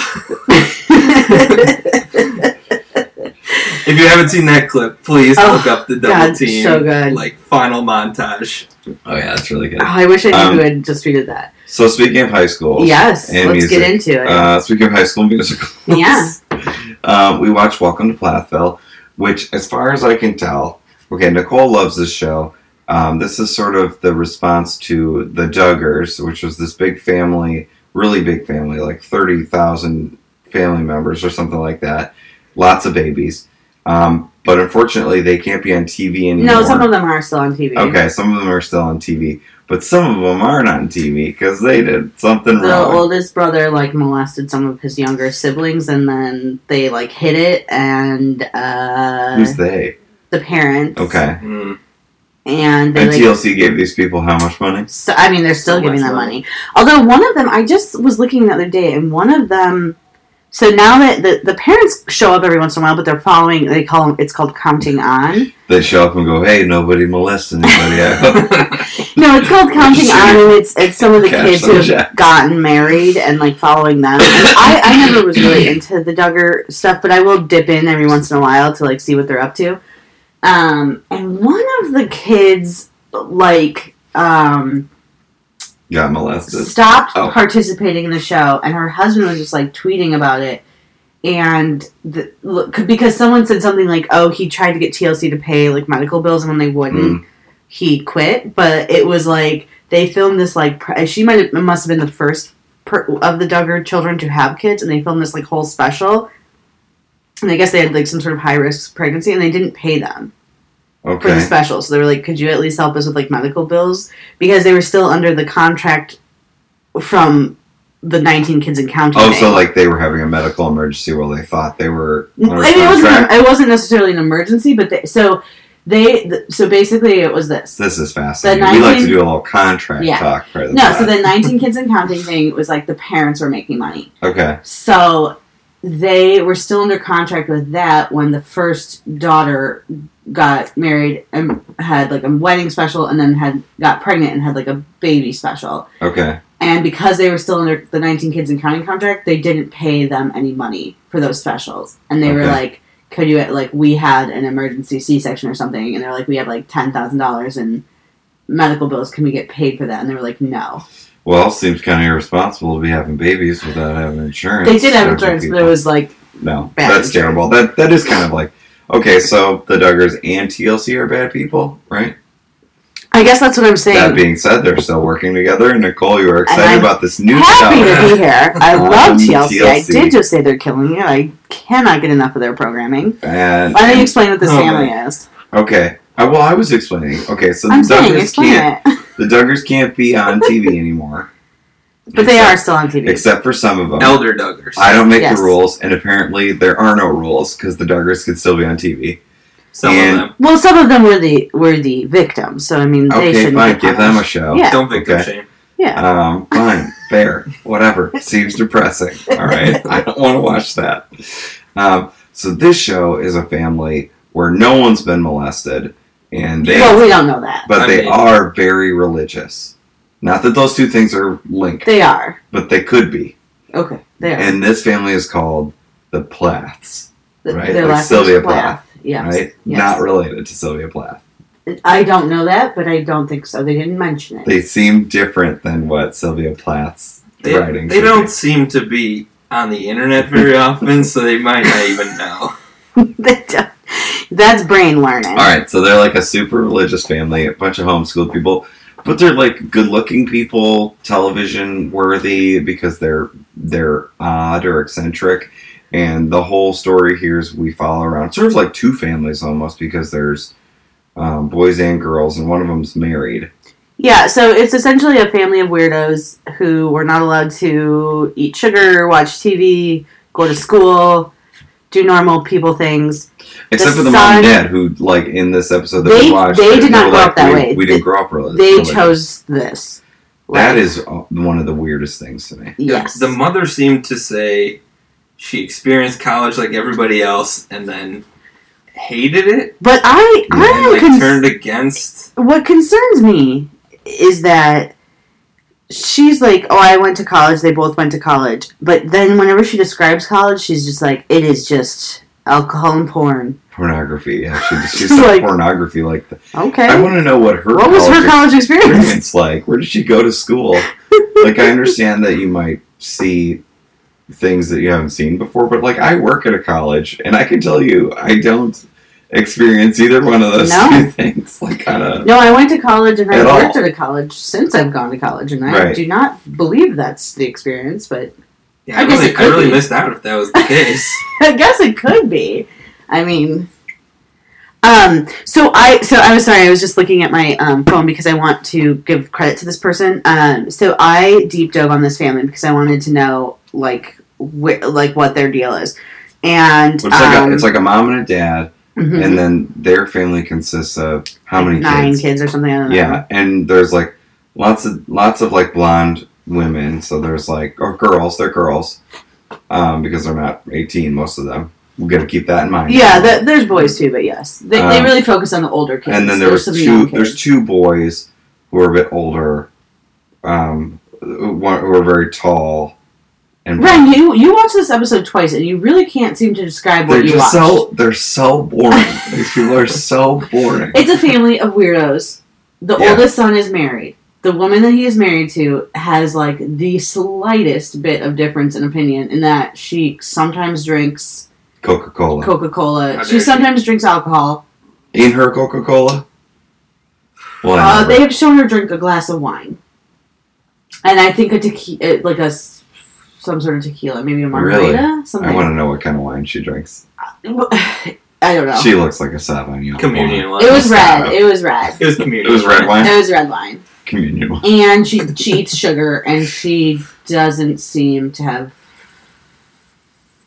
S3: If you haven't seen that clip, please
S1: Oh,
S3: look up the double
S1: God,
S3: team
S1: so good.
S3: like final montage.
S2: Oh, yeah, that's really good.
S1: Oh, I wish I knew
S2: Um,
S1: who had just tweeted that.
S2: So, speaking of high school,
S1: Yes,
S2: and
S1: let's get
S2: music.
S1: into it.
S2: Uh, speaking of high school musicals,
S1: Yeah.
S2: um, we watched Welcome to Plathville, which, as far as I can tell, okay, Nicole loves this show. Um, this is sort of the response to the Duggars, which was this big family, really big family, like 30,000 family members or something like that. Lots of babies. Um, but unfortunately, they can't be on TV anymore.
S1: no, some of them are still on TV.
S2: Okay, some of them are still on TV, but some of them aren't on TV because they did something
S1: the
S2: wrong.
S1: oldest brother like molested some of his younger siblings and then they like hid it and uh
S2: Who's they?
S1: the parents
S2: Okay.
S3: Mm.
S1: and they
S2: And
S1: like
S2: TLC gave these people how much money?
S1: so, i mean they're still
S3: So
S1: giving
S3: much
S1: them
S3: money.
S1: money although one of them i just was looking the other day and one of them So now that the, the parents show up every once in a while, but they're following, they call them, it's called counting on.
S2: They show up and go, "Hey, nobody molest anybody." I hope."
S1: No, it's called counting on, and it's it's some of the
S2: Cash
S1: kids
S2: some
S1: who have
S2: checks.
S1: gotten married and like following them. And I, I never was really into the Duggar stuff, but I will dip in every once in a while to like see what they're up to. Um, and one of the kids like um,
S2: Got molested.
S1: stopped
S2: Oh.
S1: participating in the show, and her husband was just like tweeting about it. And the, look, because someone said something like, "Oh, he tried to get TLC to pay like medical bills, and when they wouldn't, he quit." But it was like they filmed this like pr- uh, she might have, must have been the first per, of the Duggar children to have kids, and they filmed this like whole special. And I guess they had like some sort of high risk pregnancy, and they didn't pay them for the
S2: Okay.
S1: special. So they were like, "Could you at least help us with like medical bills?" Because they were still under the contract from the 19 kids in counting.
S2: Oh,
S1: thing.
S2: so like they were having a medical emergency while they thought they were
S1: I
S2: under
S1: mean, it wasn't.
S2: contract.
S1: It wasn't necessarily an emergency, but they, so they. th- So basically, it was this.
S2: This is fascinating.
S1: The
S2: we like to
S1: 19
S2: do a little contract
S1: Yeah.
S2: talk. Part of the
S1: No,
S2: pod.
S1: so the 19 kids and counting thing was like the parents were making money.
S2: okay.
S1: So they were still under contract with that when the first daughter got married and had like a wedding special and then had got pregnant and had like a baby special.
S2: Okay.
S1: And because they were still under the 19 kids and counting contract, they didn't pay them any money for those specials. And they were
S2: Okay.
S1: like, could you, like, we had an emergency C section or something. And they're like, we have like $10,000 in medical bills. Can we get paid for that? And they were like, no.
S2: Well, seems kind of irresponsible to be having babies without having insurance.
S1: They did have
S2: Certain
S1: insurance, but it
S2: people-
S1: was like,
S2: no.
S1: bad
S2: that's
S1: insurance.
S2: terrible. That that is kind of like okay. So the Duggars and TLC are bad people, right?
S1: I guess that's what I'm saying.
S2: That being said, they're still working together. And Nicole, you were excited
S1: I'm
S2: about this new
S1: Happy
S2: show.
S1: to be here. I love
S2: Um,
S1: TLC. I
S2: TLC.
S1: did just say they're killing it. I cannot get enough of their programming.
S2: And,
S1: Why don't you explain what this
S3: Oh,
S1: family is?
S2: okay. I, well, I was explaining. Okay, so the
S1: I'm saying,
S2: Duggars
S1: explain
S2: can't
S1: it.
S2: the Duggars can't be on TV anymore.
S1: But they are
S2: Except-
S1: still on TV.
S2: except for some of them.
S3: Elder Duggars.
S2: I don't make
S1: Yes.
S2: the rules, and apparently there are no rules because the Duggars could still be on TV.
S3: Some
S2: and-
S3: of them.
S1: Well, some of them were the were the victims, so I mean they
S2: Okay,
S1: shouldn't
S2: fine,
S1: be
S2: give them a
S1: punished.
S2: show.
S1: Yeah.
S3: Don't victim
S2: Okay.
S3: shame.
S2: Um, fine, fair, whatever. Seems depressing. All right, I don't want to watch that. Um, so this show is a family where no one's been molested, and they,
S1: Well, we don't know that
S2: but
S3: I
S2: they
S3: mean-
S2: are very religious. Not that those two things are linked,
S1: they are
S2: but they could be.
S1: okay. They are.
S2: And this family is called the Plaths,
S1: Th-
S2: right,
S1: Their
S2: like
S1: last
S2: Sylvia
S1: name's Plath. Yes.
S2: right?
S1: yes.
S2: Not related to Sylvia Plath.
S1: I don't know that, but I don't think so. They didn't mention it.
S2: They seem different than what Sylvia Plath's
S3: They,
S2: writing.
S3: they
S2: should
S3: don't
S2: be.
S3: seem to be on the internet very often, so they might not even know.
S1: They don't. That's brain learning.
S2: All right, so they're like a super religious family, a bunch of homeschooled people, but they're like good-looking people, television worthy because they're they're odd or eccentric. And the whole story here is we follow around sort of like two families almost because there's um, boys and girls, and one of them's married.
S1: Yeah, so it's essentially a family of weirdos who were not allowed to eat sugar, watch TV, go to school, do normal people things.
S2: Except for the mom
S1: son-
S2: and dad, who like in this episode that we
S1: They-
S2: watched,
S1: they did not
S2: were
S1: grow up that
S2: we,
S1: way.
S2: We didn't grow up relig-
S1: They
S2: religious.
S1: chose this.
S2: That
S1: Like,
S2: is uh, one of the weirdest things to me.
S1: yes.
S3: The mother seemed to say she experienced college like everybody else and then hated it
S1: But I,
S2: Yeah,
S1: I
S3: and
S1: am
S3: like
S1: cons-
S3: turned against
S1: what concerns me is that she's like, "Oh, I went to college. They both went to college." But then whenever she describes college, she's just like, "It is just alcohol and porn."
S2: Pornography. Yeah, she just
S1: She's
S2: used
S1: like-
S2: like, pornography. Like, that. I
S1: Okay.
S2: want to know what her
S1: What was her college experience?
S2: experience like. Where did she go to school? like, I understand that you might see things that you haven't seen before, but like, I work at a college, and I can tell you, I don't experience either one of those
S1: No.
S2: two things. Like, kind of.
S1: No, I went to college and I
S2: At all.
S1: worked at a college since I've gone to college, and I
S2: Right.
S1: do not believe that's the experience, but
S3: yeah,
S1: I
S3: I,
S1: guess
S3: really,
S1: it
S3: I
S1: could
S3: really
S1: be.
S3: missed out if that was the case.
S1: I guess it could be. I mean, um, so I so I was sorry. I was just looking at my um, phone because I want to give credit to this person. Um, so I deep dove on this family because I wanted to know like wh- like what their deal is, and
S2: It's like,
S1: um,
S2: a, it's like a mom and a dad,
S1: mhm,
S2: and then their family consists of how many
S1: nine
S2: kids?
S1: kids? or something. I don't know.
S2: Yeah, and there's like lots of lots of like blonde women. So there's like or girls, they're girls. um, because they're not 18, most of them. We're going to keep that in mind.
S1: Yeah, th there's boys too, but yes, they, they
S2: Um,
S1: really focus on the older kids.
S2: and then there
S1: there's
S2: was
S1: some
S2: two.
S1: young kids.
S2: There's two boys who are a bit older, um, one who are very tall, and
S1: Ren, you you watched this episode twice, and you really can't seem to describe what
S2: they're
S1: you watched.
S2: just so they're so boring. These people are so boring.
S1: It's a family of weirdos. The
S2: Yeah.
S1: oldest son is married. The woman that he is married to has like the slightest bit of difference in opinion in that she sometimes drinks
S2: Coca Cola
S1: Coca
S3: How
S1: Cola. She
S3: dare
S1: sometimes drinks alcohol.
S2: in her Coca Cola. Whatever.
S1: Uh, they have shown her drink a glass of wine, and I think a tequila, like a s- some sort of tequila, maybe a margarita, something.
S2: I want to know what kind of wine she drinks.
S1: I don't know.
S2: She looks like a seven. You know,
S3: Communion wine.
S1: it was
S2: Stop
S1: red.
S2: it.
S1: It was red.
S3: It was communion.
S2: It was red wine.
S1: It was red wine.
S2: Communion wine.
S1: and she she eats sugar and she doesn't seem to have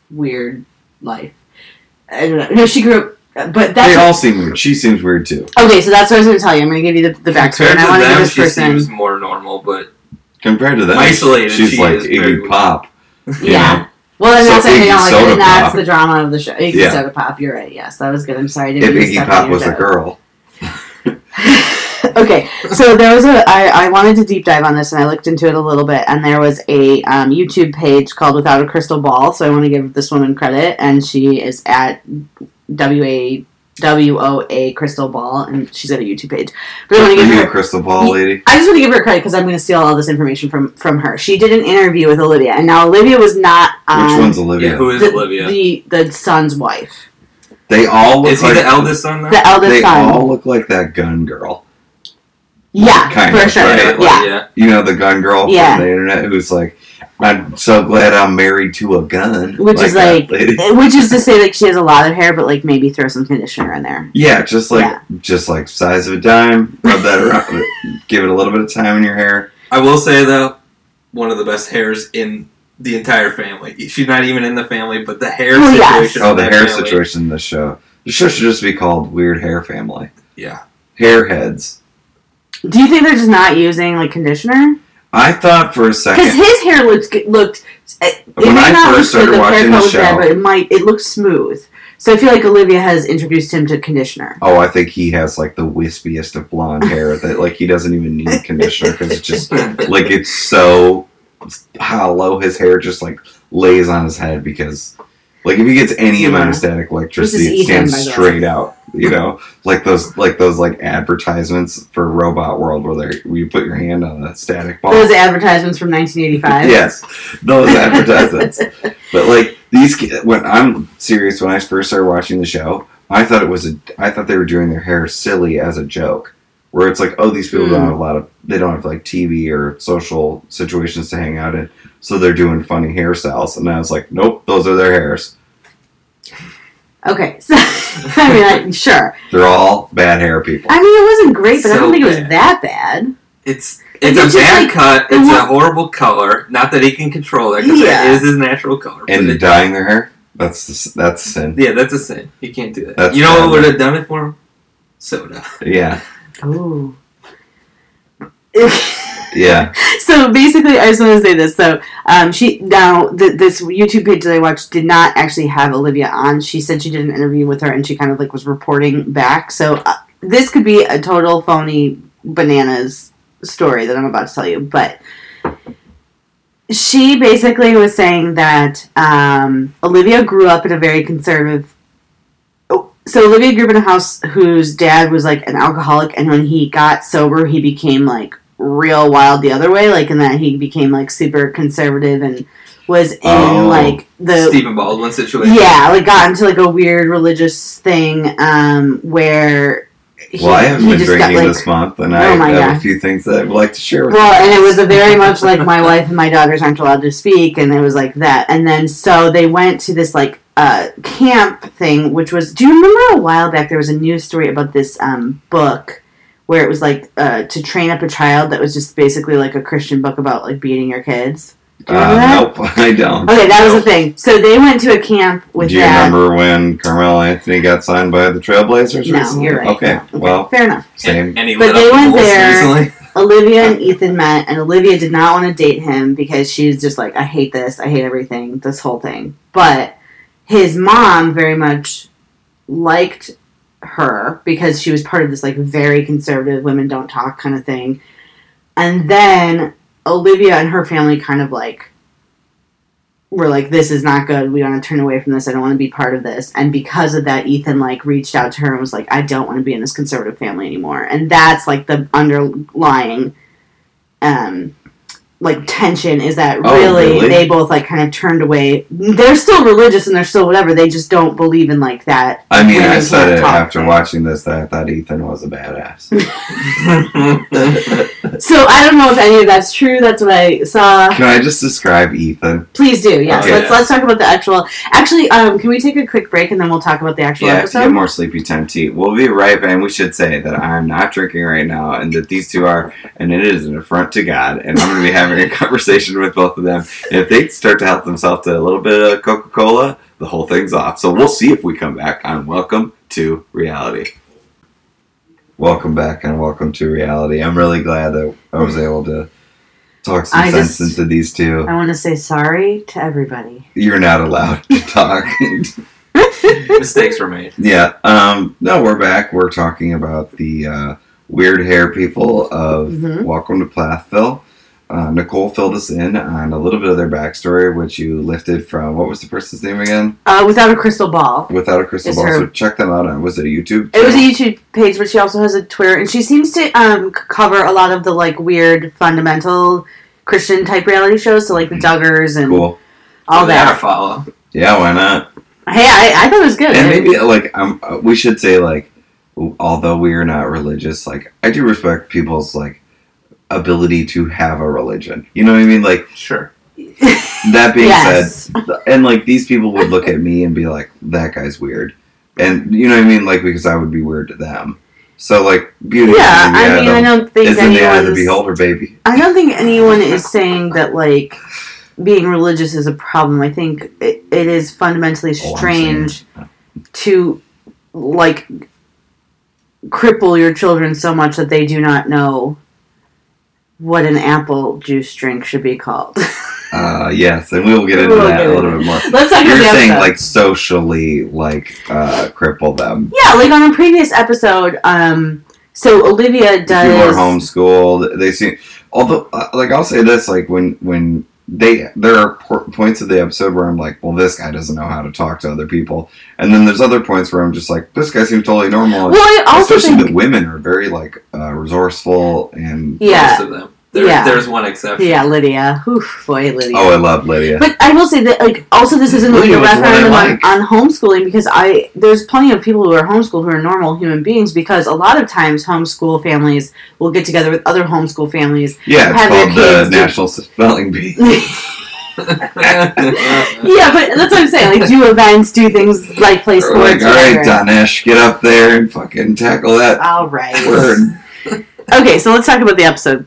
S1: weird life. I don't know. No, she grew up, but that's
S2: They all seem weird. She seems weird too.
S1: okay. So that's what I was going to tell you. I'm going to give you the, the backstory,
S3: Compared
S1: and I
S3: to
S1: want to give
S3: them,
S1: this
S3: she
S1: person.
S3: seems more normal, but
S2: Compared to that,
S3: Isolated,
S2: she's
S3: she
S2: like
S3: is very
S2: Iggy
S3: weird.
S2: Pop. you
S1: Yeah.
S2: know?
S1: Well, and
S2: So
S1: that's,
S2: Iggy
S1: I don't like,
S2: Soda
S1: and that's
S2: Pop.
S1: the drama of the show. Iggy
S2: Yeah.
S1: Soda Pop. You're right. Yes, that was good. I'm sorry. I
S2: If
S1: didn't mean to
S2: Iggy
S1: step
S2: Pop
S1: on your
S2: was a
S1: toes.
S2: girl,
S1: okay, so there was a. I, I wanted to deep dive on this, and I looked into it a little bit. And there was a um, YouTube page called Without a Crystal Ball. So I want to give this woman credit, and she is at w a w o a Crystal Ball, and she's at a YouTube page. But I want to
S2: are
S1: give
S2: you a
S1: her.
S2: crystal ball lady?
S1: I just want to give her credit because I'm going to steal all this information from from her. She did an interview with Olivia, and now Olivia was not. Um,
S2: Which one's
S3: yeah,
S2: Olivia?
S3: who is
S1: the,
S3: Olivia?
S1: The the son's wife,
S2: They all look
S3: is he
S2: like
S3: the eldest son though?
S1: the eldest
S2: They
S1: son.
S2: all look like that gun girl.
S1: yeah,
S2: kind
S1: for
S2: of,
S1: sure.
S2: right?
S3: yeah, like,
S1: yeah.
S3: yeah.
S2: You know the gun girl
S1: Yeah.
S2: from the internet who's like, "I'm so glad I'm married to a gun,"
S1: Which is
S2: that
S1: like-
S2: lady.
S1: Which is to say, like she has a lot of hair, but like maybe throw some conditioner in there.
S2: yeah, just like
S1: Yeah.
S2: just like size of a dime. Rub that around, give it a little bit of time in your hair.
S3: I will say though, one of the best hairs in the entire family. She's not even in the family, but the hair
S1: Oh, yes.
S3: situation.
S2: Oh,
S3: in
S2: the
S3: that
S2: hair
S3: family-
S2: situation in the show. The show should just be called Weird Hair Family.
S3: Yeah.
S2: Hair heads.
S1: Do you think they're just not using like conditioner?
S2: I thought for a
S1: Because
S2: second.
S1: his hair looked good- looked. It, it
S2: When
S1: may
S2: I
S1: not look
S2: first started
S1: good, the
S2: watching
S1: hair
S2: the
S1: color was bad,
S2: show-
S1: but it might. It looked smooth. So I feel like Olivia has introduced him to conditioner.
S2: Oh, I think he has like the wispiest of blonde hair that like he doesn't even need conditioner because it's just like it's so hollow. His hair just like lays on his head because like if he gets any
S1: Yeah.
S2: amount of static electricity,
S1: This is
S2: it
S1: Ethan,
S2: stands
S1: by the way.
S2: straight out. You know, like those like those like advertisements for Robot World where they where you put your hand on a static ball.
S1: Those advertisements from 1985.
S2: yes, those advertisements. but like these, ki- when I'm serious, when I first started watching the show, I thought it was a, I thought they were doing their hair silly as a joke, where it's like, oh, these people don't
S1: Mm.
S2: have a lot of, they don't have like TV or social situations to hang out in, so they're doing funny hairstyles, and I was like, nope, those are their hairs.
S1: Okay. So I mean, I, sure.
S2: They're all bad hair people.
S1: I mean, it wasn't great, but I don't
S3: So
S1: think it was
S3: bad.
S1: that bad.
S3: It's
S1: Like,
S3: it's
S1: it's
S3: a
S1: just
S3: bad
S1: like-
S3: cut.
S1: it
S3: It's
S1: wa-
S3: a horrible color. Not that he can control it because
S1: Yeah.
S3: it is his natural color.
S2: and
S3: but it-
S2: dyeing their hair, that's the, s- that's sin.
S3: yeah, that's a sin. He can't do that.
S2: That's
S3: you know
S2: bad.
S3: what would have done it for him? Soda.
S2: Yeah,
S1: Ooh.
S2: yeah.
S1: so basically, I just want to say this. So um, she now th- this YouTube page that I watched did not actually have Olivia on. She said she did an interview with her, and she kind of like was reporting back. So uh, this could be a total phony bananas story that I'm about to tell you, but she basically was saying that um, Olivia grew up in a very conservative. oh, So Olivia grew up in a house whose dad was like an alcoholic, and when he got sober, he became like real wild the other way, like in that he became like super conservative and was in
S2: Oh.
S1: like the
S3: Stephen Baldwin situation.
S1: yeah, like got into like a weird religious thing um, where he,
S2: Well, I haven't
S1: he
S2: been
S1: just
S2: drinking
S1: got like
S2: this month, and
S1: Oh my
S2: I have
S1: God.
S2: a few things that I'd like to share with you.
S1: Well, and it was a very much like my wife and my daughters aren't allowed to speak, and it was like that. And then so they went to this like uh, camp thing, which was. Do you remember a while back there was a news story about this um, book where it was like uh, to train up a child that was just basically like a Christian book about like beating your kids. Do you remember that?
S2: Uh, nope, I don't.
S1: Okay, that was the thing. So they went to a camp with
S2: Do you
S1: that.
S2: remember when Carmel Anthony got signed by the Trailblazers? Or
S1: no,
S2: something?
S1: you're right.
S2: Okay,
S1: No.
S2: well,
S1: fair enough.
S3: And,
S2: same.
S3: and he
S1: But
S3: lit up
S1: they
S3: the
S1: went
S3: Bulls
S1: there-
S3: recently.
S1: Olivia and Ethan met, and Olivia did not want to date him because she's just like, I hate this, I hate everything, this whole thing. But his mom very much liked her because she was part of this like very conservative women don't talk kind of thing. And then Olivia and her family kind of like were like, This is not good, we want to turn away from this, I don't want to be part of this. And because of that, Ethan like reached out to her and was like, I don't want to be in this conservative family anymore. And that's like the underlying um like tension is that
S2: Oh,
S1: really,
S2: really?
S1: they both like kind of turned away they're still religious and they're still whatever they just don't believe in like that
S2: I mean, I
S1: Women
S2: said
S1: can't
S2: it
S1: talk.
S2: after watching this that I thought Ethan was a badass.
S1: So I don't know if any of that's true. That's what I saw.
S2: Can I just describe Ethan?
S1: Please do. Yes.
S2: Okay.
S1: Let's let's talk about the actual. Actually, um, can we take a quick break and then we'll talk about the actual
S2: Yeah, if you
S1: episode?
S2: get more sleepy time tea. We'll be right back. And we should say that I'm not drinking right now and that these two are, and it is an affront to God. And I'm going to be having a conversation with both of them. And if they start to help themselves to a little bit of Coca Cola, the whole thing's off. So we'll see if we come back on Welcome to Reality. Welcome back and welcome to reality. I'm really glad that I was able to talk some
S1: I
S2: sense
S1: just-
S2: into these two.
S1: I want to say sorry to everybody.
S2: You're not allowed to talk.
S3: Mistakes were made.
S2: Yeah. Um, no, we're back. We're talking about the uh, weird hair people of
S1: Mhm.
S2: Welcome to Plathville. Uh, Nicole filled us in on a little bit of their backstory, which you lifted from what was the person's name again?
S1: Uh, without a crystal ball.
S2: Without a crystal
S1: It's
S2: ball.
S1: her-
S2: So check them out on was it a YouTube?
S1: It was a
S2: channel?
S1: YouTube page, but she also has a Twitter, and she seems to um, c- cover a lot of the like weird fundamental Christian type reality shows, so like the Duggars and
S2: Mm-hmm. cool.
S1: all
S3: Give that. a
S1: that.
S3: follow.
S2: Yeah, why not?
S1: Hey, I, I thought it was good.
S2: And maybe like um, uh, we should say like, although we are not religious, like I do respect people's like ability to have a religion. You know what I mean? Like
S3: Sure.
S2: that being said,
S1: yes.
S2: and like these people would look at me and be like, "That guy's weird," and you know what I mean, like because I would be weird to them. So like beauty,
S1: Yeah,
S2: is in the eye
S1: I
S2: of
S1: mean, I
S2: the-
S1: don't think
S2: is in the eye of the
S1: anyone's-
S2: beholder, baby.
S1: I don't think anyone is saying that like being religious is a problem. I think it, it is fundamentally
S2: Oh, I'm
S1: strange to like cripple your children so much that they do not know what an apple juice drink should be called.
S2: Uh, yes, and we will get into
S1: We'll
S2: that
S1: get
S2: a little
S1: into
S2: bit more.
S1: Let's talk about
S2: You're
S1: the
S2: saying
S1: episode.
S2: like socially, like uh, cripple them.
S1: yeah, like on a previous episode. Um, so Olivia does.
S2: People are homeschooled. They seem, although, uh, like I'll say this, like when when they there are por- points of the episode where I'm like, well, this guy doesn't know how to talk to other people, and then there's other points where I'm just like, this guy seems totally normal.
S1: Well, I also
S2: especially
S1: think
S2: the women are very like uh, resourceful and
S1: yeah,
S3: Most of them. There,
S1: Yeah.
S3: There's one exception.
S1: yeah, Lydia. Oof, boy, Lydia.
S2: oh i love lydia
S1: But I will say that, like, also this isn't really
S2: Lydia
S1: a
S2: was the one I
S1: referendum on,
S2: liked.
S1: on homeschooling because I there's plenty of people who are homeschooled who are normal human beings because a lot of times homeschool families will get together with other homeschool families.
S2: yeah it's
S1: have your
S2: called the
S1: kids do-
S2: national spelling bee
S1: yeah, but that's what I'm saying. Like, do events, do things like play
S2: We're like
S1: sports.
S2: all right
S1: whatever.
S2: Dinesh, get up there and fucking tackle that
S1: All right.
S2: word
S1: Okay, so let's talk about the episode.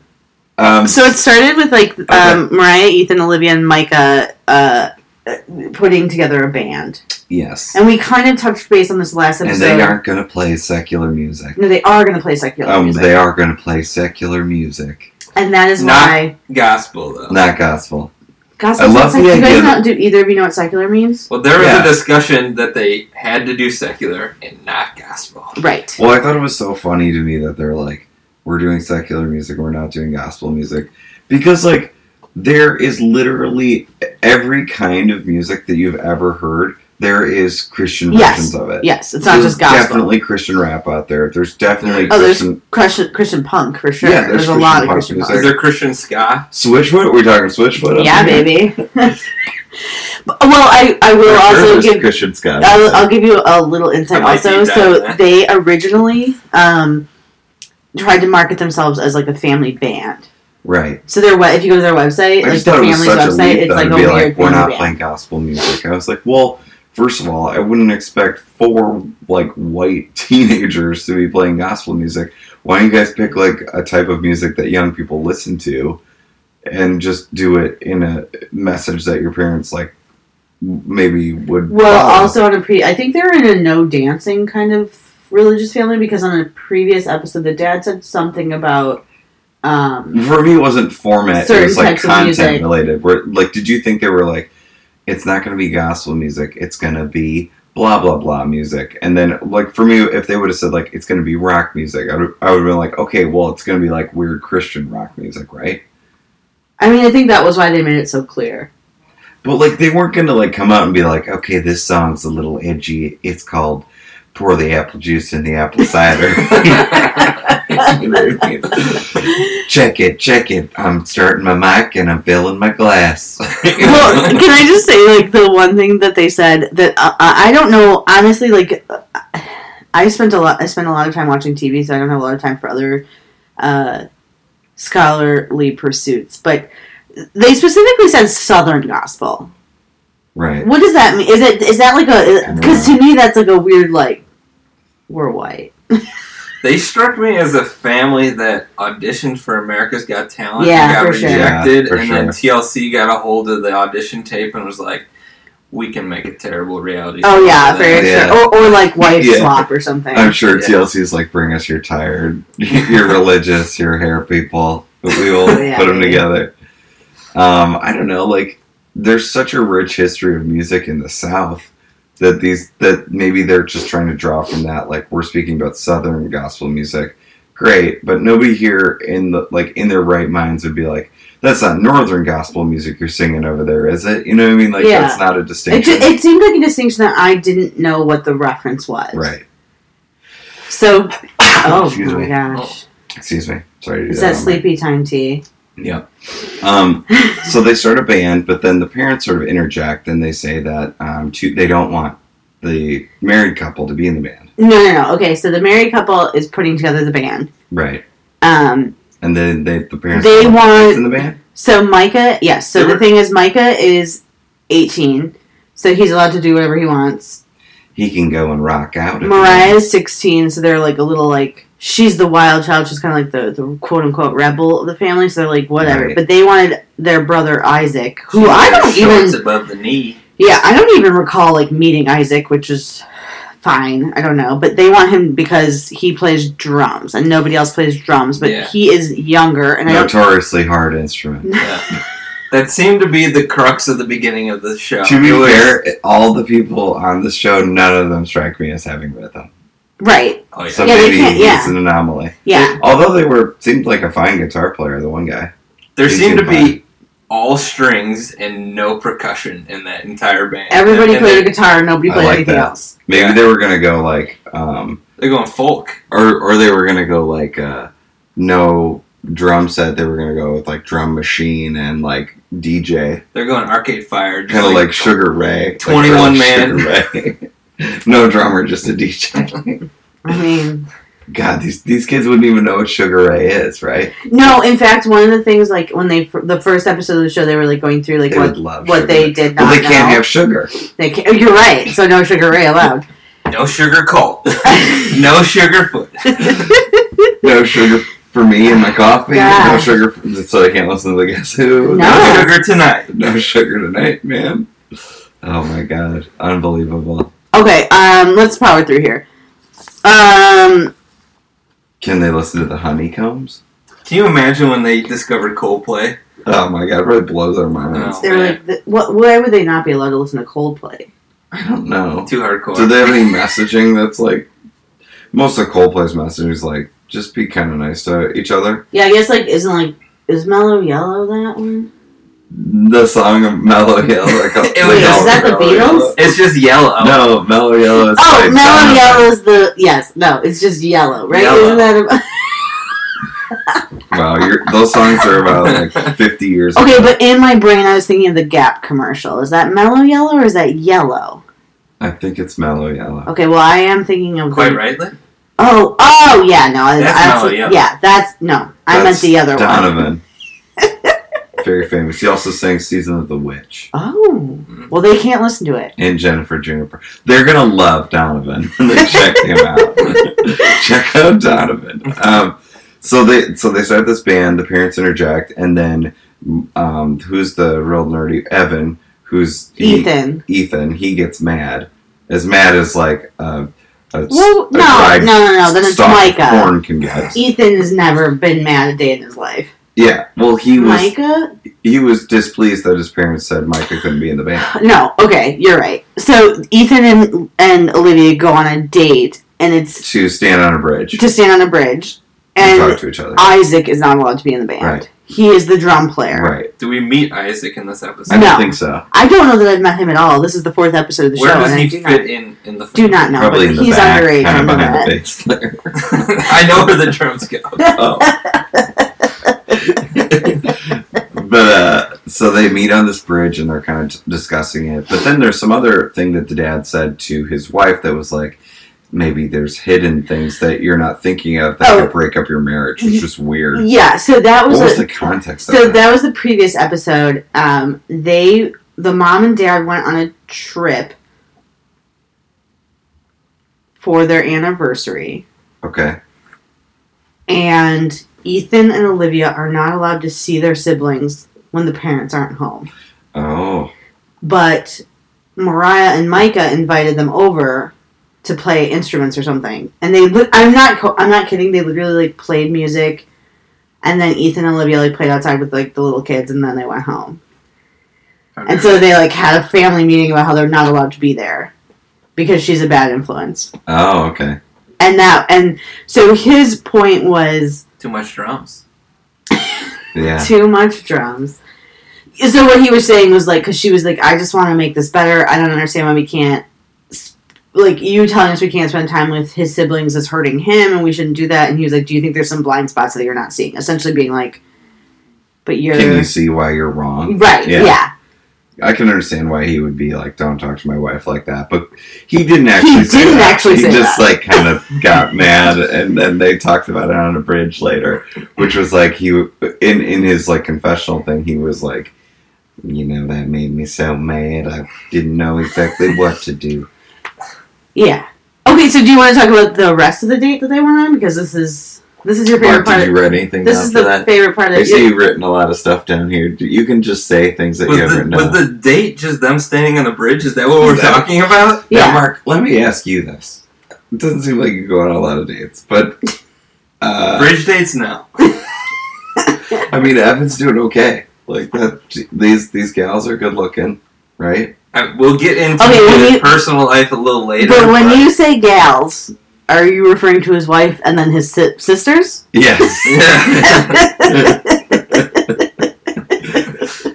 S2: um
S1: So it started with like um, Mariah, Ethan, Olivia, and Micah uh, uh, putting together a band,
S2: yes
S1: and we kind of touched base on this last
S2: and
S1: episode.
S2: they aren't gonna play secular music
S1: no, they are going to play secular
S2: um
S1: music,
S2: they are gonna play secular music
S1: and that is
S3: Not-
S1: why
S3: Gospel though.
S2: not gospel
S1: Gospel
S2: I love
S1: sec- do
S2: the
S1: you
S2: idea
S1: guys
S2: that-
S1: not do either of you know what secular means?
S3: Well, there was
S2: Yeah.
S3: a discussion that they had to do secular and not gospel.
S1: Right.
S2: well i thought it was so funny to me that they're like we're doing secular music we're not doing gospel music because like there is literally every kind of music that you've ever heard there is christian
S1: Yes.
S2: versions of it
S1: Yes, it's not
S2: There's
S1: just gospel.
S2: Definitely Christian rap out there. There's definitely
S1: Oh, there's
S2: Christian.
S1: Christian, Christian punk for sure.
S2: Yeah,
S1: there's,
S2: there's
S1: a lot of
S2: Christian
S1: Christian
S2: punk
S1: punk.
S3: Is there Christian ska?
S2: Switchfoot? We're talking Switchfoot. up
S1: Yeah,
S2: here?
S1: baby. But- well, I I will
S2: For sure
S1: also
S2: there's
S1: give
S2: Christian Scott.
S1: I'll, I'll give you a little insight
S3: I might
S1: also.
S3: be down
S1: So
S3: there.
S1: they originally um, tried to market themselves as like a family band.
S2: right.
S1: So their we- if you go to their website,
S2: I
S1: like
S2: just
S1: the
S2: thought it was
S1: family's
S2: such a
S1: website,
S2: leap
S1: it's
S2: though,
S1: like
S2: to
S1: a
S2: be
S1: weird
S2: like, we're
S1: family
S2: not
S1: band.
S2: playing gospel music. I was like, well, first of all, I wouldn't expect four like white teenagers to be playing gospel music. Why don't you guys pick like a type of music that young people listen to, and just do it in a message that your parents like maybe would.
S1: Well,
S2: follow?
S1: also on a pre, I think they're in a no dancing kind of religious family because on a previous episode, the dad said something about Um,
S2: For me, it wasn't format.
S1: Certain
S2: it was like
S1: types of music.
S2: content related. Where like, did you think they were like, it's not going to be gospel music. It's going to be blah blah blah music. And then like for me, if they would have said like it's going to be rock music, I would I would have been like, okay, well, it's going to be like weird Christian rock music, right?
S1: I mean, I think that was why they made it so clear.
S2: But like they weren't going to like come out and be like, okay, this song's a little edgy. It's called pour the apple juice in the apple cider. You know what I mean? check it, check it. I'm starting my mic and I'm filling my glass.
S1: well, can I just say like the one thing that they said that uh, I I don't know honestly like uh, I spent a lot I spent a lot of time watching TV so I don't have a lot of time for other uh, scholarly pursuits but they specifically said southern gospel.
S2: right.
S1: What does that mean? Is it is that like a cuz to me that's like a weird like we're white.
S3: They struck me as a family that auditioned for America's Got Talent
S1: Yeah,
S3: and got
S1: for sure.
S3: rejected,
S2: Yeah, for
S3: and then TLC got a hold of the audition tape and was like, "We can make a terrible reality."
S1: Oh
S3: show
S1: yeah,
S3: out of this."
S1: very
S2: Yeah.
S1: sure. Or, or like white
S2: Yeah.
S1: slop or something.
S2: I'm sure
S3: Yeah.
S2: TLC's like, bring us your tired, your religious, your hair people, but we will
S1: Yeah,
S2: put them
S1: yeah.
S2: together. Um, I don't know, like, there's such a rich history of music in the South that these that maybe they're just trying to draw from that. Like, we're speaking about Southern gospel music, great, but nobody here in the like in their right minds would be like, that's not Northern gospel music you're singing over there, is it? You know what I mean? Like,
S1: Yeah.
S2: that's not a
S1: It,
S2: distinction,
S1: ju- it seemed like a distinction that I didn't know what the reference was.
S2: right?
S1: So, oh
S2: Excuse
S1: my
S2: me. Oh.
S1: gosh,
S2: Excuse me, sorry. To do
S1: is that
S2: on my-
S1: sleepy time tea?
S2: Yeah. Um, so they start a band, but then the parents sort of interject and they say that um, two, they don't want the married couple to be in the band.
S1: No, no, no. Okay, so the married couple is putting together the band.
S2: Right.
S1: Um,
S2: And then they, the parents
S1: They
S2: don't
S1: want-
S2: kids in the band.
S1: so Micah, yes. so
S3: They
S1: the
S3: were-
S1: thing is, Micah is eighteen, so he's allowed to do whatever he wants.
S2: He can go and rock out. if he
S1: Mariah
S2: wants.
S1: is sixteen, so they're like a little like she's the wild child. She's kind of like the, the quote unquote rebel of the family. So they're like whatever.
S2: Right.
S1: But they wanted their brother Isaac, who I don't even
S3: Shorts above the knee.
S1: Yeah, I don't even recall like meeting Isaac, which is fine. I don't know, but they want him because he plays drums and nobody else plays drums, but
S3: Yeah.
S1: he is younger and I don't
S2: Notoriously hard instrument.
S3: Yeah. that seemed to be the crux of the beginning of the show.
S2: To be
S3: It was-
S2: fair, all the people on the show, none of them strike me as having rhythm.
S1: right.
S3: oh, yeah.
S2: So
S1: Yeah, they
S2: maybe
S1: can't- yeah.
S2: he's an anomaly.
S1: Yeah.
S2: Although they were seemed like a fine guitar player, the one guy.
S3: there
S2: they
S3: seemed to
S2: seemed fine.
S3: be all strings and no percussion in that entire band.
S1: Everybody
S3: and
S1: played a
S3: they're,
S1: guitar, nobody
S2: I
S1: played
S2: like
S1: anything
S2: that.
S1: else.
S2: Maybe
S3: Yeah.
S2: they were gonna go like um,
S3: they're going folk.
S2: or or they were gonna go like uh no drum set they were gonna go with like drum machine and like dj
S3: They're going arcade fire. just
S2: kind of like, sugar ray like
S3: 21
S2: early
S3: man.
S2: Sugar Ray. no drummer just a dj
S1: I mean
S2: god these these kids wouldn't even know what sugar ray is right
S1: No, in fact one of the things like when they fir- the first episode of the show they were like going through like
S2: they
S1: what
S2: would love
S1: what
S2: Sugar
S1: they
S2: Ray.
S1: did not
S2: well they can't
S1: know.
S2: have sugar
S1: they can't, oh, you're right, so no sugar ray allowed.
S3: no sugar cult, no sugar foot.
S2: no sugar for me in my coffee
S1: Yeah.
S2: no sugar for, so they can't listen to the guess
S1: No.
S2: who
S3: No sugar tonight.
S2: no sugar tonight man oh my god unbelievable
S1: okay, um let's power through here. Um
S2: can they listen to the honeycombs
S3: Can you imagine when they discovered Coldplay?
S2: Oh my god, it really blows our minds.
S3: Oh,
S1: They were
S3: man.
S1: like, th- what, why would they not be allowed to listen to Coldplay?
S2: I don't know.
S3: Too hardcore.
S2: Do they have any messaging that's like most of Coldplay's messaging is like just be kind of nice to each other.
S1: Yeah, I guess like isn't like is Mellow Yellow that one?
S2: The song of Mellow Yellow. Like,
S3: It was- is that
S1: Oh, the Beatles?
S3: it's just yellow.
S2: No, Mellow Yellow. Is
S1: Oh,
S2: by
S1: Mellow
S2: Donna.
S1: Yellow is the yes. No, it's just yellow, right?
S3: Yellow.
S1: Isn't that
S2: Wow, you're, those songs are about like fifty years.
S1: a, okay?
S2: ago.
S1: But in my brain, I was thinking of the Gap commercial. Is that Mellow Yellow or is that Yellow?
S2: I think it's Mellow Yellow.
S1: Okay, well I am thinking of
S3: Quite
S1: the-
S3: rightly.
S1: Oh, oh yeah, no, I-
S3: That's
S1: I-
S3: Mellow Yellow.
S1: Yeah, that's no. I meant
S2: That's
S1: the other one.
S2: Donovan. Very famous. He also sang "Season of the Witch"
S1: Oh, well they can't listen to it.
S2: and Jennifer Juniper. They're gonna love Donovan when they check him out. check out Donovan. Um, so they so they start this band. The parents interject, and then um, who's the real nerdy Evan? Who's he-
S1: Ethan.
S2: Ethan. He gets mad, as mad as like a a,
S1: Well, no, no,
S2: a dried
S1: no, no. Then it's
S2: stalk of
S1: Micah.
S2: corn can get.
S1: Ethan has never been mad a day in his life.
S2: Yeah, well, he was
S1: Micah?
S2: he was displeased that his parents said Micah couldn't be in the band.
S1: No. Okay, you're right. So Ethan and and Olivia go on a date, and it's
S2: To stand on a bridge
S1: to stand on a bridge,
S2: and talk
S1: and
S2: to each other.
S1: Isaac is not allowed to be in the band.
S2: Right.
S1: He is the drum player.
S2: Right.
S3: Do we meet Isaac in this
S2: I
S3: episode?
S2: don't
S1: No.
S2: think so.
S1: I don't know that I've met him at all. This is the fourth episode of the
S3: Where
S1: show,
S3: does
S1: and I
S3: he
S1: do
S3: fit
S1: not,
S3: in in the?
S1: do not know.
S2: Probably
S1: but
S2: in the
S1: he's
S2: back,
S1: underage.
S2: kind
S1: I
S2: of
S1: know
S2: behind
S1: that.
S2: the bass player.
S3: I know where the drums go.
S2: Oh. But uh, so they meet on this bridge and they're kind of discussing it. But then there's some other thing that the dad said to his wife that was like, maybe there's hidden things that you're not thinking of that
S1: Oh. Mm-hmm.
S2: could break up your marriage, which is weird.
S1: Yeah. So that was
S2: What
S1: a,
S2: was the context?
S1: So
S2: of that?
S1: that was the previous episode. Um, they, the mom and dad, went on a trip for their anniversary,
S2: Okay.
S1: and Ethan and Olivia are not allowed to see their siblings when the parents aren't home.
S2: Oh.
S1: But Mariah and Micah invited them over to play instruments or something, and they. li- I'm not. co- I'm not kidding. They literally like played music. And then Ethan and Olivia like played outside with like the little kids, and then they went home. And so they like had a family meeting about how they're not allowed to be there because she's a bad influence.
S2: Oh, okay.
S1: And that and so his point was
S3: Too much drums.
S2: Yeah.
S1: too much drums. So what he was saying was like cuz she was like I just want to make this better. I don't understand why we can't s- like you telling us we can't spend time with his siblings is hurting him and we shouldn't do that and he was like do you think there's some blind spots that you're not seeing? Essentially being like but you're
S2: Can you see why you're wrong?
S1: right.
S2: Yeah.
S1: yeah.
S2: I can understand why he would be like, "Don't talk to my wife like that," but he didn't actually.
S1: He
S2: say
S1: didn't
S2: that.
S1: actually
S2: He
S1: say
S2: just
S1: that.
S2: like kind of got mad, and then they talked about it on a bridge later, which was like he in in his like confessional thing. He was like, "You know, that made me so mad. I didn't know exactly what to do."
S1: Yeah. Okay, so do you want to talk about the rest of the date that they went on? Because this is this is your favorite
S2: Mark, did
S1: part.
S2: you write anything
S1: This
S2: down
S1: is
S2: for
S1: the
S2: that?
S1: favorite part
S2: I
S1: of
S2: see
S1: it.
S2: you've written a lot of stuff down here. You can just say things that
S3: Was
S2: you have
S3: the,
S2: written
S3: was
S2: down.
S3: the date just them standing on the bridge? Is that what we're
S2: Is that-
S3: talking about?
S2: Now,
S1: Yeah.
S2: Mark, let me ask you this. It doesn't seem like you go on a lot of dates, but uh,
S3: bridge dates? No.
S2: I mean, Evan's doing okay. Like that, these these gals are good looking, right?
S3: I, we'll get into
S1: Okay, when
S3: his
S1: you-
S3: personal life a little later.
S1: But when you say gals, are you referring to his wife and then his si- sisters?
S2: Yes,
S3: Yeah.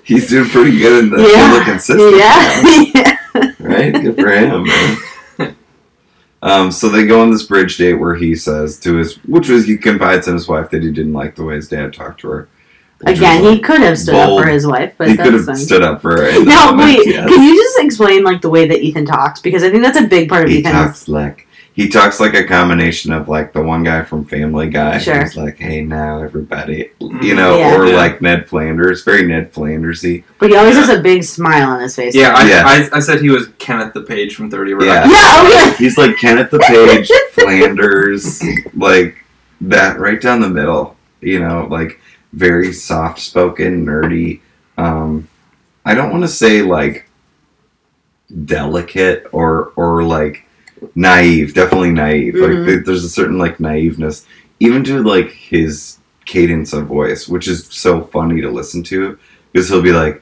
S2: he's doing pretty good in the
S1: Yeah.
S2: good looking system,
S1: yeah. yeah.
S2: right? Good for him. man. Um, so they go on this bridge date where he says to his, which was he confides in his wife that he didn't like the way his dad talked to her. which was
S1: Again,
S2: like-
S1: he could have stood up
S2: bold.
S1: for his wife, but
S2: he could
S1: that's
S2: have
S1: fine.
S2: stood up for her. in the
S1: now,
S2: moment,
S1: wait,
S2: yes.
S1: can you just explain like the way that Ethan talks? Because I think that's a big part of
S2: he
S1: Ethan's
S2: talks like he talks like a combination of like the one guy from Family Guy
S1: Sure.
S2: who's like, "Hey now, everybody," you
S3: Mm,
S2: know,
S1: yeah.
S2: or
S3: Yeah.
S2: like Ned Flanders, very Ned Flandersy.
S1: But he always has a big smile on his face.
S3: yeah, I,
S2: Yeah.
S3: I, I said he was Kenneth the Page from Thirty Rock.
S1: Yeah,
S2: Yeah.
S1: oh
S2: He's like Kenneth the Page, Flanders, like that right down the middle. You know, like very soft spoken, nerdy. Um, I don't want to say like delicate or or like naive. Definitely naive.
S1: Mhm.
S2: Like there- there's a certain like naiveness, even to like his cadence of voice, which is so funny to listen to because he'll be like,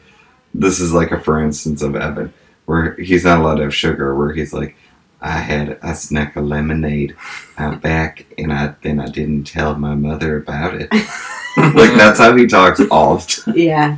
S2: "This is like a for instance of Evan." Where he's not allowed to have sugar, where he's like, I had I snuck a lemonade out back, and I then I didn't tell my mother about it.
S3: Mm-hmm.
S2: like that's how he talks all the time.
S1: yeah. Yeah.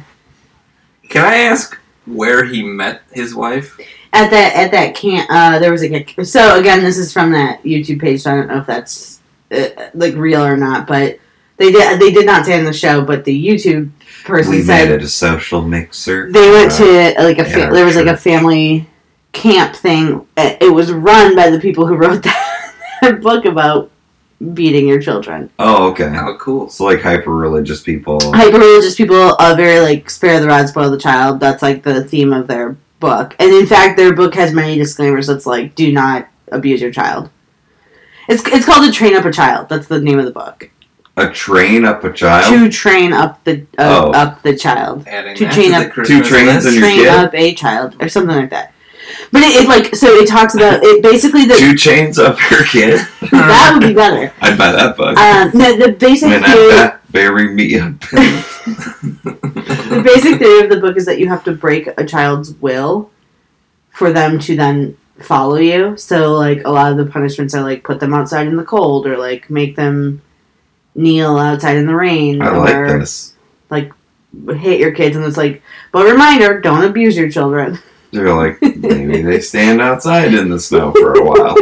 S3: Can I ask where he met his wife?
S1: at that at that camp uh there was a kick so again this is from that youtube page so i don't know if that's uh, like real or not but they did they did not say on the show but the youtube person
S2: We made
S1: said
S2: it a social mixer.
S1: they went
S2: Uh,
S1: to uh, like a
S2: yeah,
S1: fa- there was like
S2: sure.
S1: a family camp thing Uh, it was run by the people who wrote that book about beating your children
S2: Oh, okay.
S3: Oh, cool.
S2: So like hyper religious people.
S1: hyper religious people are very like spare the rod spoil the child that's like the theme of their book and in fact their book has many disclaimers that's like do not abuse your child it's, it's called to train up a child that's the name of the book
S2: A train up a child.
S1: to train up the uh,
S2: Oh.
S1: up the child
S3: Adding
S1: Two
S3: that
S1: train
S3: to
S1: up-
S3: the Christmas
S2: trains
S3: list.
S2: and your
S1: train
S2: kid?
S1: up a child or something like that But it, it like so it talks about it basically the
S2: Two chains up your kid.
S1: that would be better.
S2: I'd buy that book.
S1: Um, no, the basic
S2: and
S1: theory,
S2: that bury me up.
S1: the basic theory of the book is that you have to break a child's will for them to then follow you. So like a lot of the punishments are like put them outside in the cold or like make them kneel outside in the rain
S2: I
S1: or
S2: like this.
S1: hit your kids and it's like but reminder don't abuse your children
S2: They're like maybe they stand outside in the snow for a while.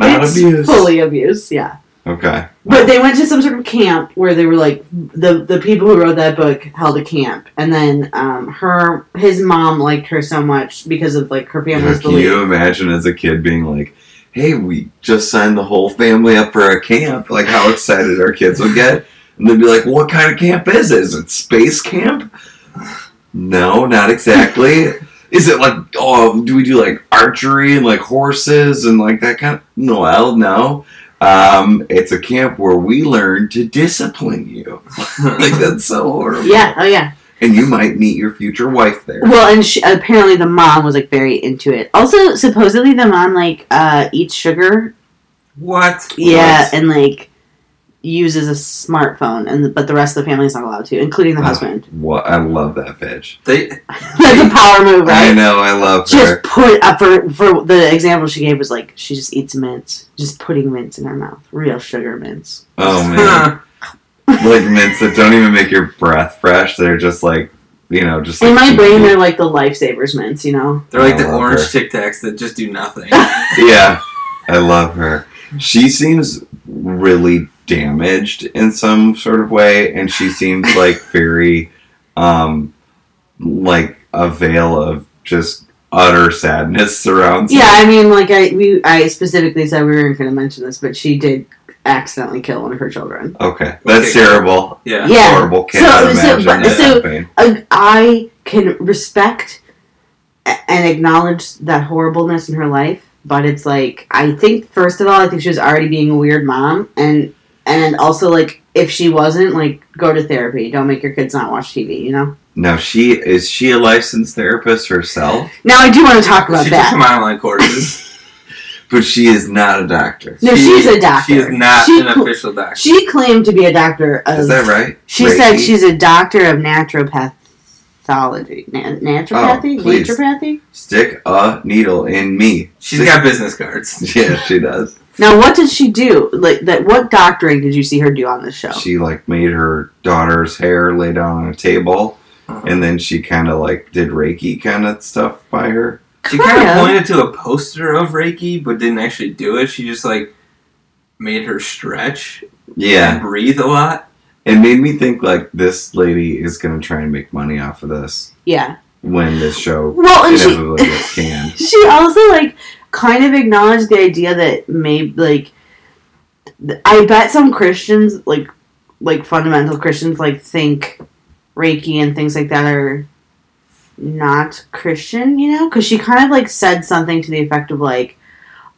S2: Not
S1: it's
S2: abuse.
S1: fully abuse yeah
S2: Okay.
S1: But they went to some sort of camp where they were like the the people who wrote that book held a camp, and then um, her his mom liked her so much because of like her family's
S2: Can you
S1: belief.
S2: imagine as a kid being like, "Hey, we just signed the whole family up for a camp." Like how excited our kids would get, and they'd be like, "What kind of camp is it? Is it space camp?" No, not exactly. Is it like oh, do we do like archery and like horses and like that kind? Of, no, well, no. Um, it's a camp where we learn to discipline you. like that's so horrible.
S1: Yeah, oh yeah.
S2: and you might meet your future wife there.
S1: Well, and she, apparently the mom was like very into it. Also, supposedly the mom like uh, eats sugar,
S3: What?
S1: yeah,
S3: What?
S1: and like uses a smartphone, and but the rest of the family is not allowed to, including the
S2: Oh.
S1: husband.
S2: What I love that bitch.
S3: They
S1: That's a power move,
S2: I
S1: right?
S2: know, I love
S1: Just
S2: her.
S1: put up for for the example she gave was like she just eats mints, just putting mints in her mouth, real sugar mints.
S2: Oh man,
S3: Huh.
S2: like mints that don't even make your breath fresh. They're just like, you know, just
S1: In
S2: like-
S1: my brain, they're like the lifesavers mints, you know.
S3: They're like
S2: I
S3: the
S2: love
S3: orange
S2: her.
S3: Tic Tacs that just do nothing.
S2: yeah. I love her. She seems really damaged in some sort of way, and she seems like very, um, like a veil of just utter sadness surrounds. her.
S1: Yeah, I mean, like I we I specifically said we weren't going to mention this, but she did accidentally kill one of her children.
S2: Okay, that's
S3: Okay.
S2: terrible.
S3: yeah.
S1: Yeah.
S2: Horrible.
S1: So-
S2: Can't
S1: so-
S2: imagine
S1: but-
S2: that
S1: so-
S2: pain.
S1: I, I can respect a- and acknowledge that horribleness in her life, but it's like I think first of all, I think she was already being a weird mom, and and also like if she wasn't, like go to therapy. Don't make your kids not watch TV. You know.
S2: Now, she is she a licensed therapist herself?
S1: Now I do want to talk about
S3: she took
S1: that.
S3: some online courses.
S2: But she is not a doctor.
S1: No,
S3: She-
S1: she's a doctor.
S3: She is not
S1: She
S3: an
S1: cl-
S3: official doctor.
S1: She claimed to be a doctor of.
S2: Is that right?
S1: She
S2: Reiki?
S1: said she's a doctor of naturopathology. Na- naturopathy?
S2: Oh, please.
S1: naturopathy?
S2: stick a needle in me.
S3: She's got business cards.
S2: Yeah, she does.
S1: Now, what did she do? Like that? What doctoring did you see her do on the show?
S2: She like made her daughter's hair lay down on a table,
S1: Uh-huh.
S2: and then she kind of like did Reiki kind of stuff by her.
S3: She kind
S1: Kinda.
S3: of pointed to a poster of Reiki, but didn't actually do it. She just like made her stretch and
S2: Yeah,
S3: breathe a lot.
S2: it made me think like this lady is gonna try and make money off of this
S1: yeah.
S2: when this show
S1: Well, and she
S2: inevitably gets canned.
S1: she also like kind of acknowledged the idea that maybe like th- I bet some Christians like like fundamental Christians like think Reiki and things like that are not Christian, you know? Because she kind of like said something to the effect of like,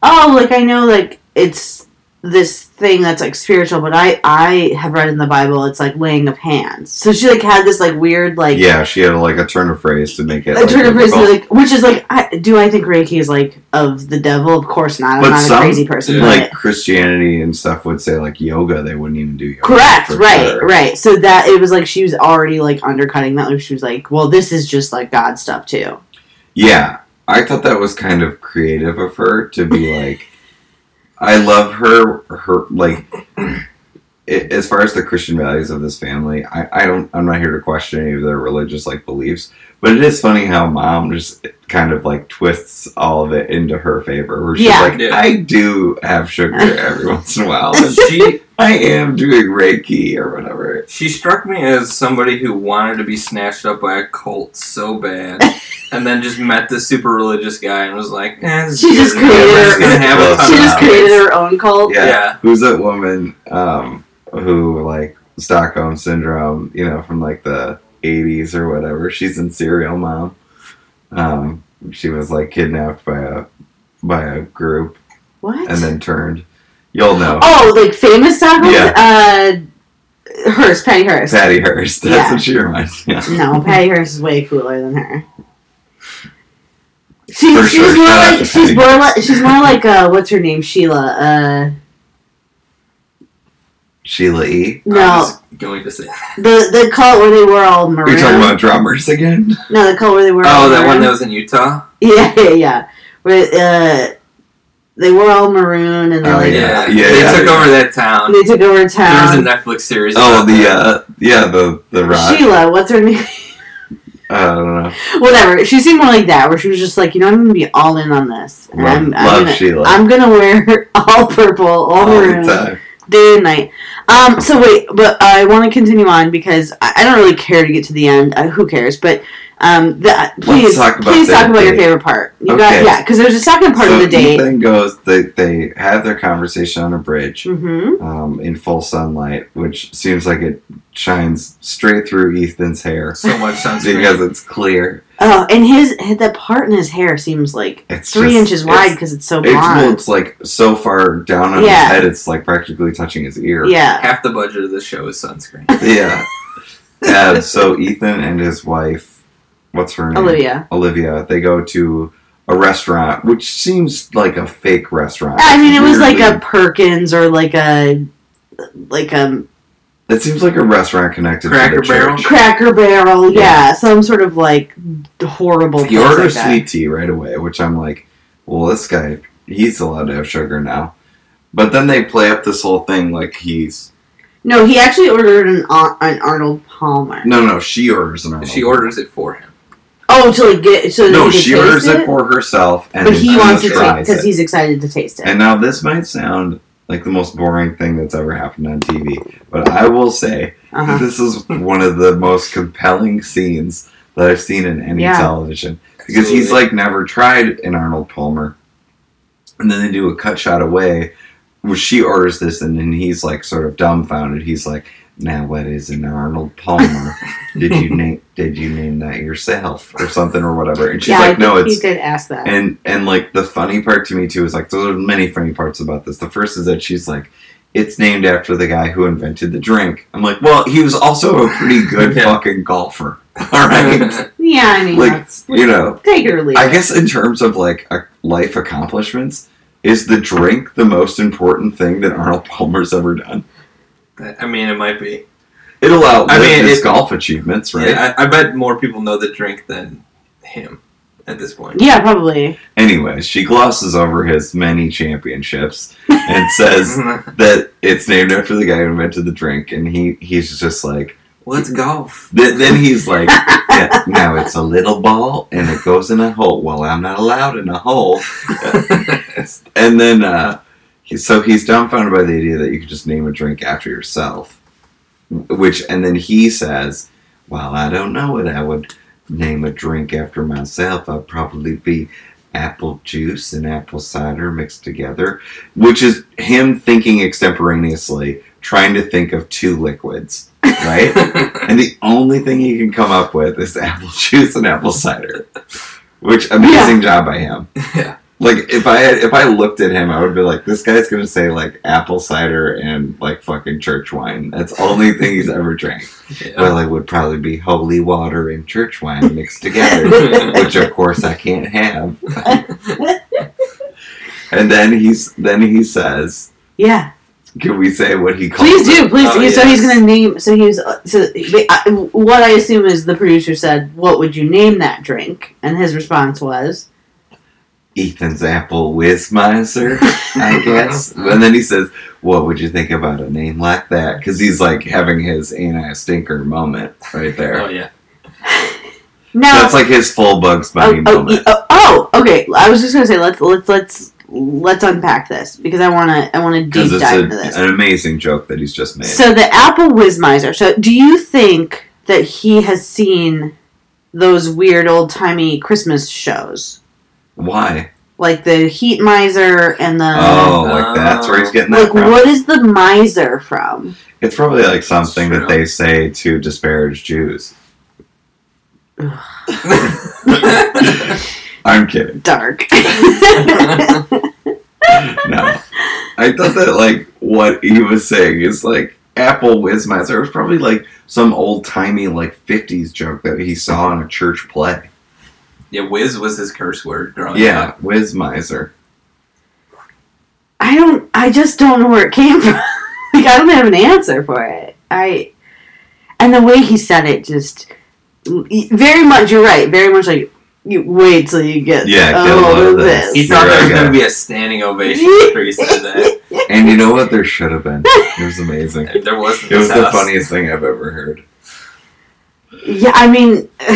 S1: "Oh, like I know like it's this thing that's like spiritual, but I I have read in the Bible it's like laying of hands." So she like had this like weird like
S2: Yeah, she had like a turn of phrase to make it.
S1: a
S2: like,
S1: turn of phrase,
S2: difficult.
S1: like, which is like, I, do I think Reiki is like of the devil? Of course not. I'm
S2: But
S1: not
S2: some,
S1: a crazy person.
S2: like
S1: but
S2: Christianity and stuff would say like yoga, they wouldn't even do yoga.
S1: correct,
S2: for
S1: right,
S2: sure.
S1: right. So that it was like she was already like undercutting that. Like she was like, well, this is just like God stuff too.
S2: Yeah, I thought that was kind of creative of her to be like, I love her. Her like, i as far as the Christian values of this family, I, I don't. I'm not here to question any of their religious like beliefs, but it is funny how mom just kind of like twists all of it into her favor. Where she's
S1: Yeah.
S2: like,
S3: Yeah.
S2: I do have sugar every once in a while. and
S3: She
S2: I am doing Reiki or whatever.
S3: she struck me as somebody who wanted to be snatched up by a cult so bad, and then just met this super religious guy and was like, eh, this is
S1: She just
S3: good. We're
S1: created
S3: gonna
S2: her-
S3: have a
S2: Oh,
S1: she
S3: ton
S1: just
S3: of
S1: created
S3: kids."
S1: her own cult.
S2: Yeah.
S3: yeah.
S2: who's that woman um, who like Stockholm syndrome, you know, from like the '80s or whatever? She's in Serial Mom. Um, she was like kidnapped by a by a group
S1: What?
S2: and then turned. You'll know
S1: oh, like famous Stockholm.
S2: Yeah.
S1: Uh, Hearst, Patty Hearst.
S2: Patty Hearst. That's
S1: Yeah.
S2: what she reminds me of.
S1: no, Patty Hearst is way cooler than her. She,
S2: For
S1: she's
S2: sure,
S1: more
S2: shout out
S1: like
S2: to
S1: she's
S2: Patty.
S1: more like she's more like uh what's her name Sheila uh
S2: Sheila E.
S3: I
S1: no
S3: was going to say.
S1: the the cult where they were all maroon
S2: You're talking about drummers again?
S1: no the cult where they were all
S3: Oh, that one
S1: maroon.
S3: that was in Utah.
S1: yeah yeah yeah where uh they were all maroon and they
S2: Oh,
S1: like
S2: Yeah, yeah,
S3: Yeah, They
S2: yeah,
S3: took
S2: yeah.
S3: over that town.
S1: they took over
S3: There was a
S1: town
S3: Netflix series.
S2: Oh,
S3: about
S2: the
S3: that.
S2: uh, yeah, the the rock.
S1: Sheila what's her name
S2: I don't know.
S1: whatever she seemed more like that where she was just like you know I'm gonna be all in on this and
S2: Love,
S1: I'm, I'm
S2: love
S1: gonna,
S2: Sheila
S1: I'm gonna wear all purple all,
S2: all the
S1: maroon
S2: time.
S1: day and night. Um, so wait, but I want to continue on because I, I don't really care to get to the end. Uh, who cares? But um, the, please,
S2: talk about
S1: please
S2: the
S1: talk about your
S2: date.
S1: favorite part. You
S2: Okay.
S1: got yeah, because there's a second part of
S2: so
S1: the date.
S2: Ethan goes. They they have their conversation on a bridge
S1: Mm-hmm.
S2: um, in full sunlight, which seems like it shines straight through Ethan's hair
S3: so much sunscreen.
S2: because it's clear.
S1: Oh, and his that part in his hair seems like
S2: It's
S1: three
S2: just-
S1: inches wide
S2: it's-
S1: because it's so
S2: It well,
S1: blonde.
S2: it's like so far down on
S1: Yeah.
S2: his head, it's like practically touching his ear.
S1: Yeah.
S3: Half the budget of the show is sunscreen.
S2: yeah. And so Ethan and his wife, what's her name?
S1: Olivia.
S2: Olivia. They go to a restaurant, which seems like a fake restaurant.
S1: I mean, it was like a
S2: Weirdly.
S1: Perkins or like a like a
S2: It seems like a restaurant connected to
S3: Cracker
S2: the
S3: Barrel?
S2: church.
S1: Cracker Barrel,
S2: Yeah.
S1: yeah, some sort of like horrible.
S2: He
S1: place like
S2: orders
S1: that.
S2: sweet tea right away, which I'm like, well, this guy, he's allowed to have sugar now. But then they play up this whole thing like he's
S1: No, he actually ordered an Ar- an Arnold Palmer.
S2: no, no. She orders an.
S3: she
S2: orders.
S3: orders it for him.
S1: Oh, to like get so that
S2: No,
S1: he can
S2: she
S1: taste
S2: orders
S1: it,
S2: it for herself, and
S1: but he
S2: then
S1: wants
S2: she
S1: to
S2: tries
S1: take because
S2: it.
S1: he's excited to taste it.
S2: And now this might sound like the most boring thing that's ever happened on TV, but I will say that
S1: uh-huh.
S2: this is one of the most compelling scenes that I've seen in any
S1: Yeah.
S2: television because he's
S3: Absolutely.
S2: like never tried an Arnold Palmer, and then they do a cut shot away where she orders this, and then he's like sort of dumbfounded. He's like, "Now what is an Arnold Palmer? did you name Did you name that yourself or something or whatever?" And she's
S1: yeah, I
S2: like,
S1: think
S2: "No, it's."
S1: he did ask that.
S2: And and like the funny part to me too is like there are many funny parts about this. The first is that she's like, it's named after the guy who invented the drink. I'm like, well, he was also a pretty good
S3: Yeah.
S2: fucking golfer. All right,
S1: yeah, I mean,
S2: like,
S1: that's,
S2: you know.
S1: take it or leave.
S2: I
S1: it.
S2: guess in terms of like a life accomplishments, is the drink the most important thing that Arnold Palmer's ever done?
S3: I mean, it might be.
S2: It'll outlive
S3: I mean,
S2: his
S3: it-
S2: golf achievements, right?
S3: Yeah, I, I bet more people know the drink than him at this point.
S1: Yeah, probably.
S2: Anyways, she glosses over his many championships and says that it's named after the guy who invented the drink, and he he's just like.
S3: Let's golf.
S2: Th- then he's like, yeah, now it's a little ball and it goes in a hole. Well, I'm not allowed in a hole. And then, uh, he, so he's dumbfounded by the idea that you could just name a drink after yourself. Which, and then he says, well, I don't know what I would name a drink after myself. I'd probably be apple juice and apple cider mixed together, which is him thinking extemporaneously, trying to think of two liquids, right? And the only thing he can come up with is apple juice and apple cider. Which amazing job by him.
S3: Yeah.
S2: Like if I had, if I looked at him, I would be like, this guy's gonna say like apple cider and like fucking church wine. That's the only thing he's ever drank.
S3: Yeah.
S2: Well, it would probably be holy water and church wine mixed together, which of course I can't have. and then he's then he says,
S1: Yeah,
S2: can we say what he calls?
S1: please
S2: it?
S1: do, please.
S3: Oh,
S1: do. So he's
S3: yes.
S1: gonna name. So he was. uh, So they, I, what I assume is the producer said, "What would you name that drink?" And his response was,
S2: Ethan's apple whiz miser, I guess. and then he says, "What would you think about a name like that?" Because he's like having his "Ain't I a stinker" moment right there.
S3: Oh yeah.
S1: "Now
S2: That's like his full Bugs Bunny
S1: Oh, oh,
S2: moment.
S1: y- oh, oh, okay. I was just gonna say let's let's let's let's unpack this because I wanna I wanna
S2: Because
S1: deep
S2: it's
S1: dive
S2: a-
S1: into this.
S2: an amazing joke that he's just made.
S1: So the Apple Whiz Miser. So do you think that he has seen those weird old timey Christmas shows
S2: Why?
S1: like the Heat Miser and the
S2: oh, like that's where he's getting that
S1: Uh, like
S2: from.
S1: what is the miser from?
S2: It's probably like something that
S3: Sure.
S2: they say to disparage Jews. I'm kidding.
S1: Dark.
S2: no. I thought that like what he was saying is like Apple Whiz Miser. It was probably like some old timey like fifties joke that he saw in a church play.
S3: Yeah, whiz was his curse word growing
S2: yeah,
S3: up.
S2: Wiz Miser.
S1: I don't. I just don't know where it came from. like I don't have an answer for it. I and the way he said it, just very much. You're right. Very much like you wait till you get
S2: Yeah,
S1: a
S2: get a
S1: little
S2: load of
S1: bit
S2: this.
S1: of
S3: He
S1: this.
S3: thought there was
S2: Yeah.
S3: going to be a standing ovation after he said that.
S2: And you know what? There should have been. It was amazing.
S3: And There wasn't.
S2: It was
S3: this
S2: the
S3: house.
S2: funniest thing I've ever heard.
S1: Yeah, I mean,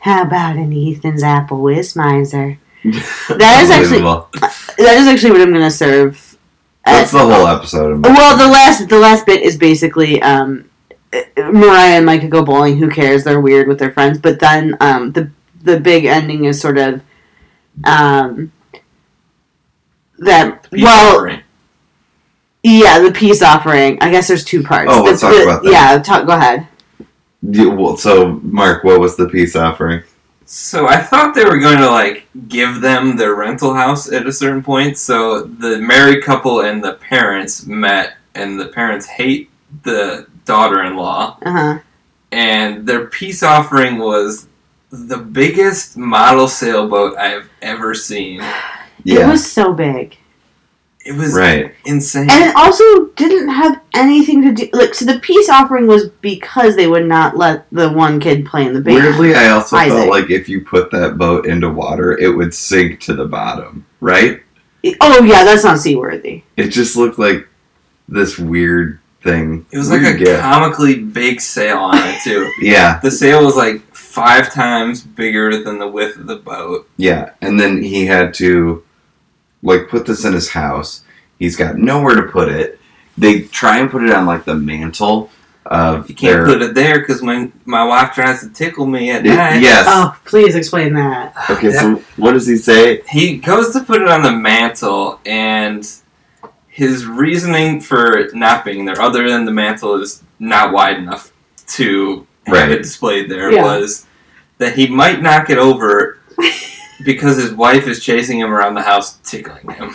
S1: how about an Ethan's apple whiz miser? That is actually
S2: Unbelievable.
S1: that is actually what I'm gonna serve.
S2: that's
S1: at-
S2: the whole episode. Of my
S1: uh, Well, the last the last bit is basically um, Mariah and Micah go bowling. Who cares? They're weird with their friends. But then um, the the big ending is sort of um, that.
S3: He's
S1: well,
S3: suffering.
S1: yeah, the peace offering. I guess there's two parts.
S2: Oh,
S1: The-
S2: let's talk
S1: the-
S2: about that.
S1: Yeah, talk. Go ahead.
S2: Yeah, well, so Mark, what was the peace offering?
S3: So I thought they were going to like give them their rental house at a certain point. So the married couple and the parents met, and the parents hate the daughter-in-law,
S1: Uh huh.
S3: and their peace offering was the biggest model sailboat I've ever seen.
S2: Yeah,
S1: It was so big,
S3: It was
S2: right.
S3: insane.
S1: and it also didn't have anything to do. Like, so the peace offering was because they would not let the one kid play in the band.
S2: Weirdly, I also
S1: Isaac.
S2: felt like if you put that boat into water, it would sink to the bottom. Right?
S1: Oh yeah, that's not seaworthy.
S2: It just looked like this weird thing.
S3: It was like
S2: Weird
S3: a
S2: gift.
S3: comically big sail on it too.
S2: yeah,
S3: the sail was like five times bigger than the width of the boat.
S2: yeah. And then he had to like put this in his house. He's got nowhere to put it. They try and put it on like the mantle of
S3: You can't
S2: their.
S3: put it there because when my wife tries to tickle me at
S2: It-
S3: night,
S2: yes.
S1: Oh, please explain that.
S2: Okay. So what does he say?
S3: he goes to put it on the mantle, and his reasoning for it not being there, other than the mantle is not wide enough to have
S2: Right.
S3: it displayed there,
S1: Yeah.
S3: was that he might knock it over because his wife is chasing him around the house, tickling him.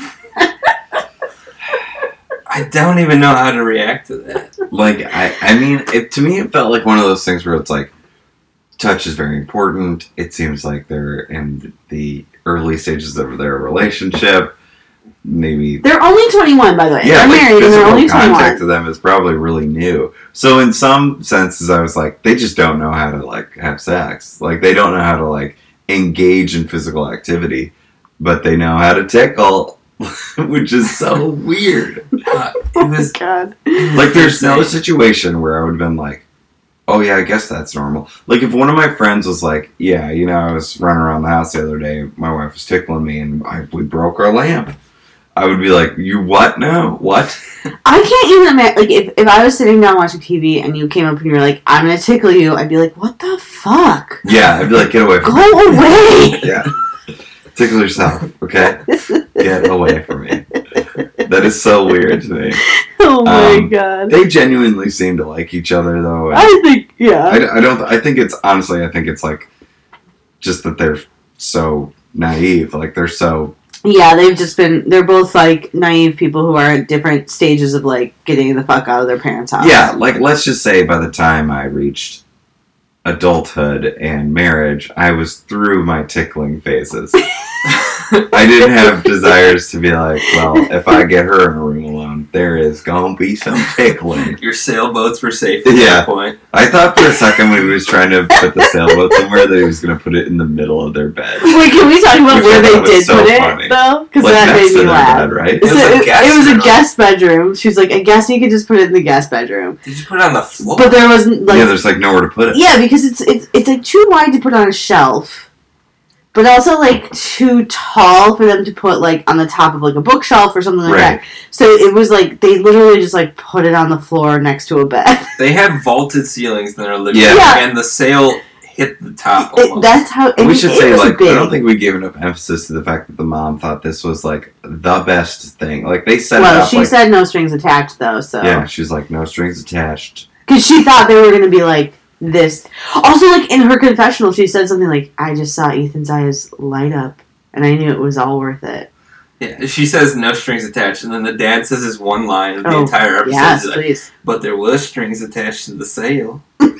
S3: I don't even know how to react to that.
S2: like I, I mean it, to me it felt like one of those things where it's like touch is very important it seems like they're in the early stages of their relationship maybe
S1: They're only 21, by the way.
S2: yeah
S1: they're
S2: like
S1: married and they're
S2: physical
S1: only 21.
S2: contact to them is probably really new so in some senses i was like they just don't know how to like have sex like they don't know how to like engage in physical activity but they know how to tickle which is so weird
S3: Uh, It was
S1: Oh God.
S2: like there's no situation where I would have been like, "Oh yeah, I guess that's normal." Like if one of my friends was like, "Yeah, you know, I was running around the house the other day, my wife was tickling me, and I, we broke our lamp," I would be like, "You what? No, what?
S1: I can't even imagine. Like, if, if I was sitting down watching TV and you came up and you were like, I'm going to tickle you, I'd be like, what the fuck?
S2: Yeah." I'd be like, "Get away
S1: Go
S2: from me!
S1: away!
S2: Yeah, tickle yourself, okay? Get away from me." That is so weird to me.
S1: oh my
S2: Um,
S1: god.
S2: They genuinely seem to like each other though. and-
S1: I think, yeah.
S2: I, I don't. I think it's honestly. I think it's like just that they're so naive. Like they're so
S1: yeah, they've just been, they're both like naive people who are at different stages of like getting the fuck out of their parents' house.
S2: yeah. Like let's just say by the time I reached adulthood and marriage, I was through my tickling phases. I didn't have desires to be like, well, if I get her in a room alone, there is gonna be some tickling.
S3: Your sailboats were safe at
S2: Yeah.
S3: that point.
S2: I thought for a second when he was trying to put the sailboat somewhere that he was gonna put it in the middle of their bed,
S1: Wait, can we talk about
S2: Which
S1: where
S2: I
S1: they
S2: thought was
S1: did
S2: so
S1: put
S2: funny.
S1: it, though? Because
S2: like
S1: that
S2: next
S1: made
S2: to
S1: me
S2: their
S1: laugh.
S2: bed, right?
S1: It was,
S3: a
S1: it,
S3: guest
S1: it was a
S3: bedroom.
S1: guest bedroom. She was like, I guess you could just put it in the guest bedroom.
S3: Did you put it on the floor?
S1: But there was like
S2: yeah,
S1: yeah,
S2: there's like nowhere to put it.
S1: because it's it's it's like too wide to put on a shelf. But also like too tall for them to put like on the top of like a bookshelf or something like
S2: Right.
S1: that. So it was like they literally just like put it on the floor next to a bed.
S3: they had vaulted ceilings in their living
S2: Yeah.
S3: room,
S1: Yeah.
S3: and the sail hit the top.
S1: It-
S3: almost.
S1: that's how and
S2: Oh, we should
S1: it
S2: say
S1: was
S2: like
S1: big.
S2: I don't think we gave enough emphasis to the fact that the mom thought this was like the best thing. Like they set it
S1: well,
S2: up.
S1: she
S2: like,
S1: said no strings attached though, so
S2: yeah, she's like no strings attached.
S1: Because she thought they were going to be like this. Also, like in her confessional, she said something like, I just saw Ethan's eyes light up and I knew it was all worth it.
S3: yeah, she says no strings attached, and then the dad says his one line of the
S1: Oh,
S3: entire episode.
S1: yes,
S3: he's like,
S1: please.
S3: but there was strings attached to the sail.
S2: Yeah,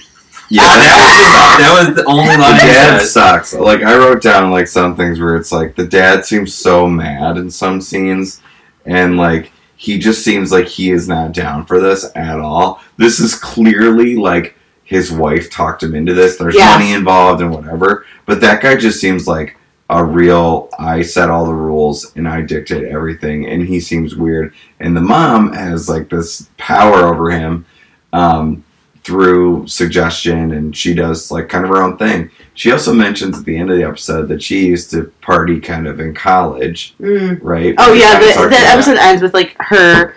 S3: that was the, that was the only
S2: the
S3: line. he
S2: dad
S3: says.
S2: sucks. Like I wrote down like some things where it's like the dad seems so mad in some scenes, and like he just seems like he is not down for this at all. This is clearly like his wife talked him into this. There's
S1: Yeah.
S2: money involved and whatever, but that guy just seems like a real I set all the rules and I dictate everything, and he seems weird. And the mom has like this power over him. Um, through suggestion and she does like kind of her own thing. She also mentions at the end of the episode that she used to party kind of in college,
S1: Mm.
S2: right?
S1: Oh
S2: We
S1: yeah,
S2: kinda
S1: the,
S2: talked
S1: the
S2: about
S1: episode ends with like her,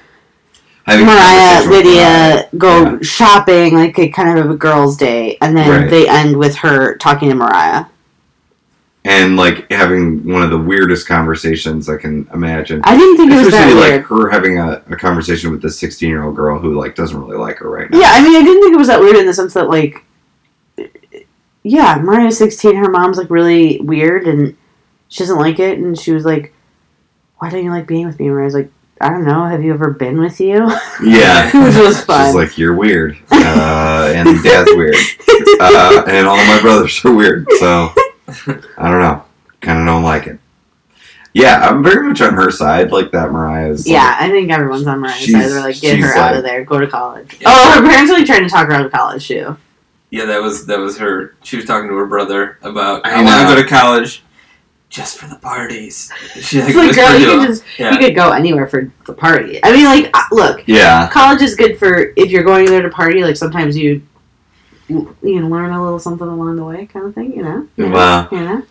S2: having a
S1: Mariah,
S2: conversation with Mariah.
S1: Lydia go
S2: Yeah.
S1: shopping like a kind of a girls' day, and then
S2: Right.
S1: they end with her talking to Mariah.
S2: And like having one of the weirdest conversations I can imagine.
S1: I didn't think it was that
S2: Especially like
S1: weird.
S2: her having a, a conversation with this sixteen year old girl who like doesn't really like her right now.
S1: Yeah, I mean, I didn't think it was that weird in the sense that, like, yeah, Mariah's 16, her mom's, like, really weird and she doesn't like it. And she was like, Why don't you like being with me? And Mariah's like, I don't know. Have you ever been with you?
S2: Yeah.
S1: Which was
S2: She's
S1: fun.
S2: like, You're weird. Uh, and dad's weird. uh, and all my brothers are weird. So I don't know. Kind of don't like it. Yeah, I'm very much on her side. Like that, Mariah's. like-
S1: yeah, I think everyone's on Mariah's side.
S2: She's-
S1: They're like, Get her
S2: she's
S1: out
S2: like-
S1: of there. Go to college.
S3: Yeah.
S1: Oh, her parents are, like, trying to talk her out of college, too.
S3: Yeah, that was that was her. She was talking to her brother about
S2: I
S3: I want
S2: know.
S3: to go to college just for the parties. She
S1: It's like, girl,
S3: whispered
S1: you
S3: to
S1: can
S3: him.
S1: just, you
S3: yeah.
S1: could go anywhere for the party. I mean, like, uh, look,
S2: yeah,
S1: college is good for if you're going there to party. Like sometimes you you know, learn a little something along the way, kind of thing. You know. You know?
S2: Wow.
S1: You know.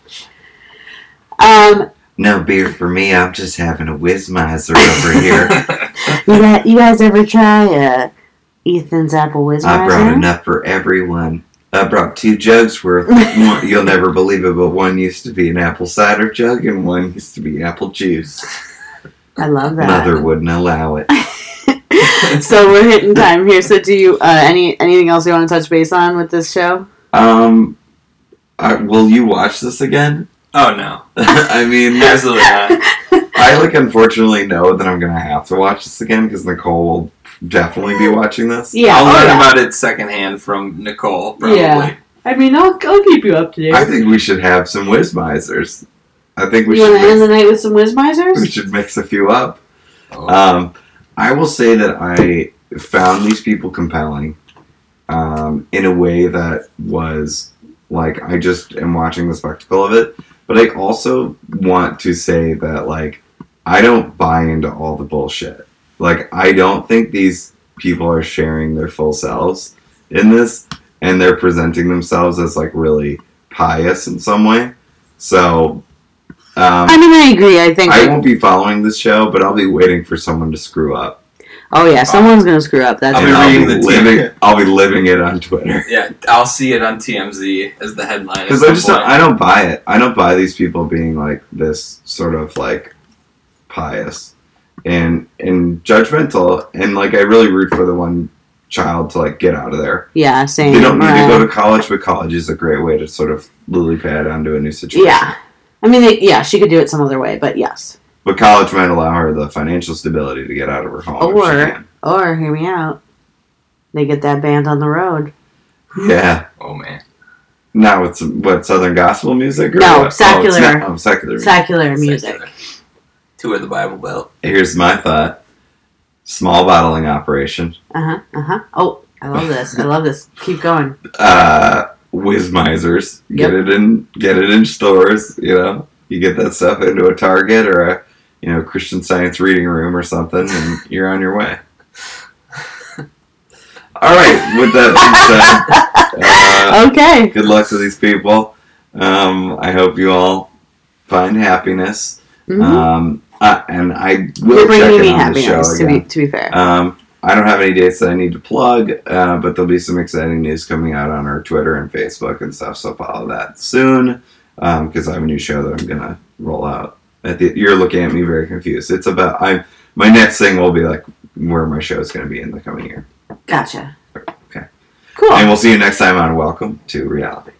S1: Um,
S2: no beer for me. I'm just having a whizmizer over here.
S1: you guys, you guys ever try uh, Ethan's apple whiz?
S2: I brought
S1: Miser?
S2: enough for everyone. I brought two jugs worth. One, you'll never believe it, but one used to be an apple cider jug and one used to be apple juice.
S1: I love that.
S2: Mother wouldn't allow it.
S1: so we're hitting time here. So do you uh, any anything else you want to touch base on with this show?
S2: Um, I, will you watch this again?
S3: oh no,
S2: I mean, there's
S3: absolutely not.
S2: I like unfortunately know that I'm gonna have to watch this again because Nicole will definitely be watching this.
S1: Yeah.
S3: I'll
S1: oh,
S3: learn
S1: yeah.
S3: about it secondhand from Nicole. Probably.
S1: Yeah. I mean, I'll, I'll keep you up to date.
S2: I think we should have some Whizmisers. I think we
S1: you want to end
S2: should
S1: the night with some whiz
S2: mix, we
S1: misers?
S2: should mix a few up.
S3: Oh.
S2: Um, I will say that I found these people compelling um, in a way that was like I just am watching the spectacle of it. But I also want to say that like I don't buy into all the bullshit. Like I don't think these people are sharing their full selves in this, and they're presenting themselves as like really pious in some way. So. Um,
S1: I mean, I agree. I think.
S2: I won't be following this show, but I'll be waiting for someone to screw up.
S1: oh yeah, someone's gonna screw up. That's
S3: I'll be
S2: And
S1: for sure.
S3: reading the tea.
S2: living, I'll be living it on Twitter
S3: yeah, I'll see it on TMZ as the headline. at
S2: because I
S3: some
S2: just don't,
S3: point.
S2: I don't buy it. I don't buy these people being like this sort of like pious and and judgmental and like I really root for the one child to like get out of there.
S1: Yeah, same.
S2: They don't need to
S1: Mariah.
S2: go to college, but college is a great way to sort of lily pad onto a new situation.
S1: Yeah. I mean, they, yeah, she could do it some other way, but yes.
S2: But college might allow her the financial stability to get out of her home. if she
S1: Or-
S2: can.
S1: Or, hear me out, they get that band on the road.
S2: yeah.
S3: Oh man.
S2: Now it's what Southern gospel music or
S1: No,
S2: what? Oh, it's
S1: secular.
S2: not- oh, secular.
S1: Secular music.
S3: Tour the Bible Belt.
S2: Here's my thought: small bottling operation,
S1: Uh huh, uh huh. Oh, I love this. I love this. Keep going.
S2: uh, whiz misers. Get it in, get it in stores. You know, you get that stuff into a Target or a you know Christian Science reading room or something, and you're on your way. All right. With that being
S1: Okay.
S2: said, uh, good luck to these people. Um, I hope you all find happiness.
S1: Mhm.
S2: Um, uh, and I
S1: You're
S2: will check
S1: bringing
S2: in
S1: me
S2: on the show
S1: happiness, to be,
S2: again.
S1: to be fair.
S2: Um, I don't have any dates that I need to plug, uh, but there'll be some exciting news coming out on our Twitter and Facebook and stuff. So follow that soon because I have a new show that I'm gonna roll out. At the, you're looking at me very confused. It's about I. My next thing will be like where my show is gonna be in the coming year,
S1: Gotcha.
S2: Okay.
S1: Cool.
S2: and we'll see you next time on Welcome to Reality.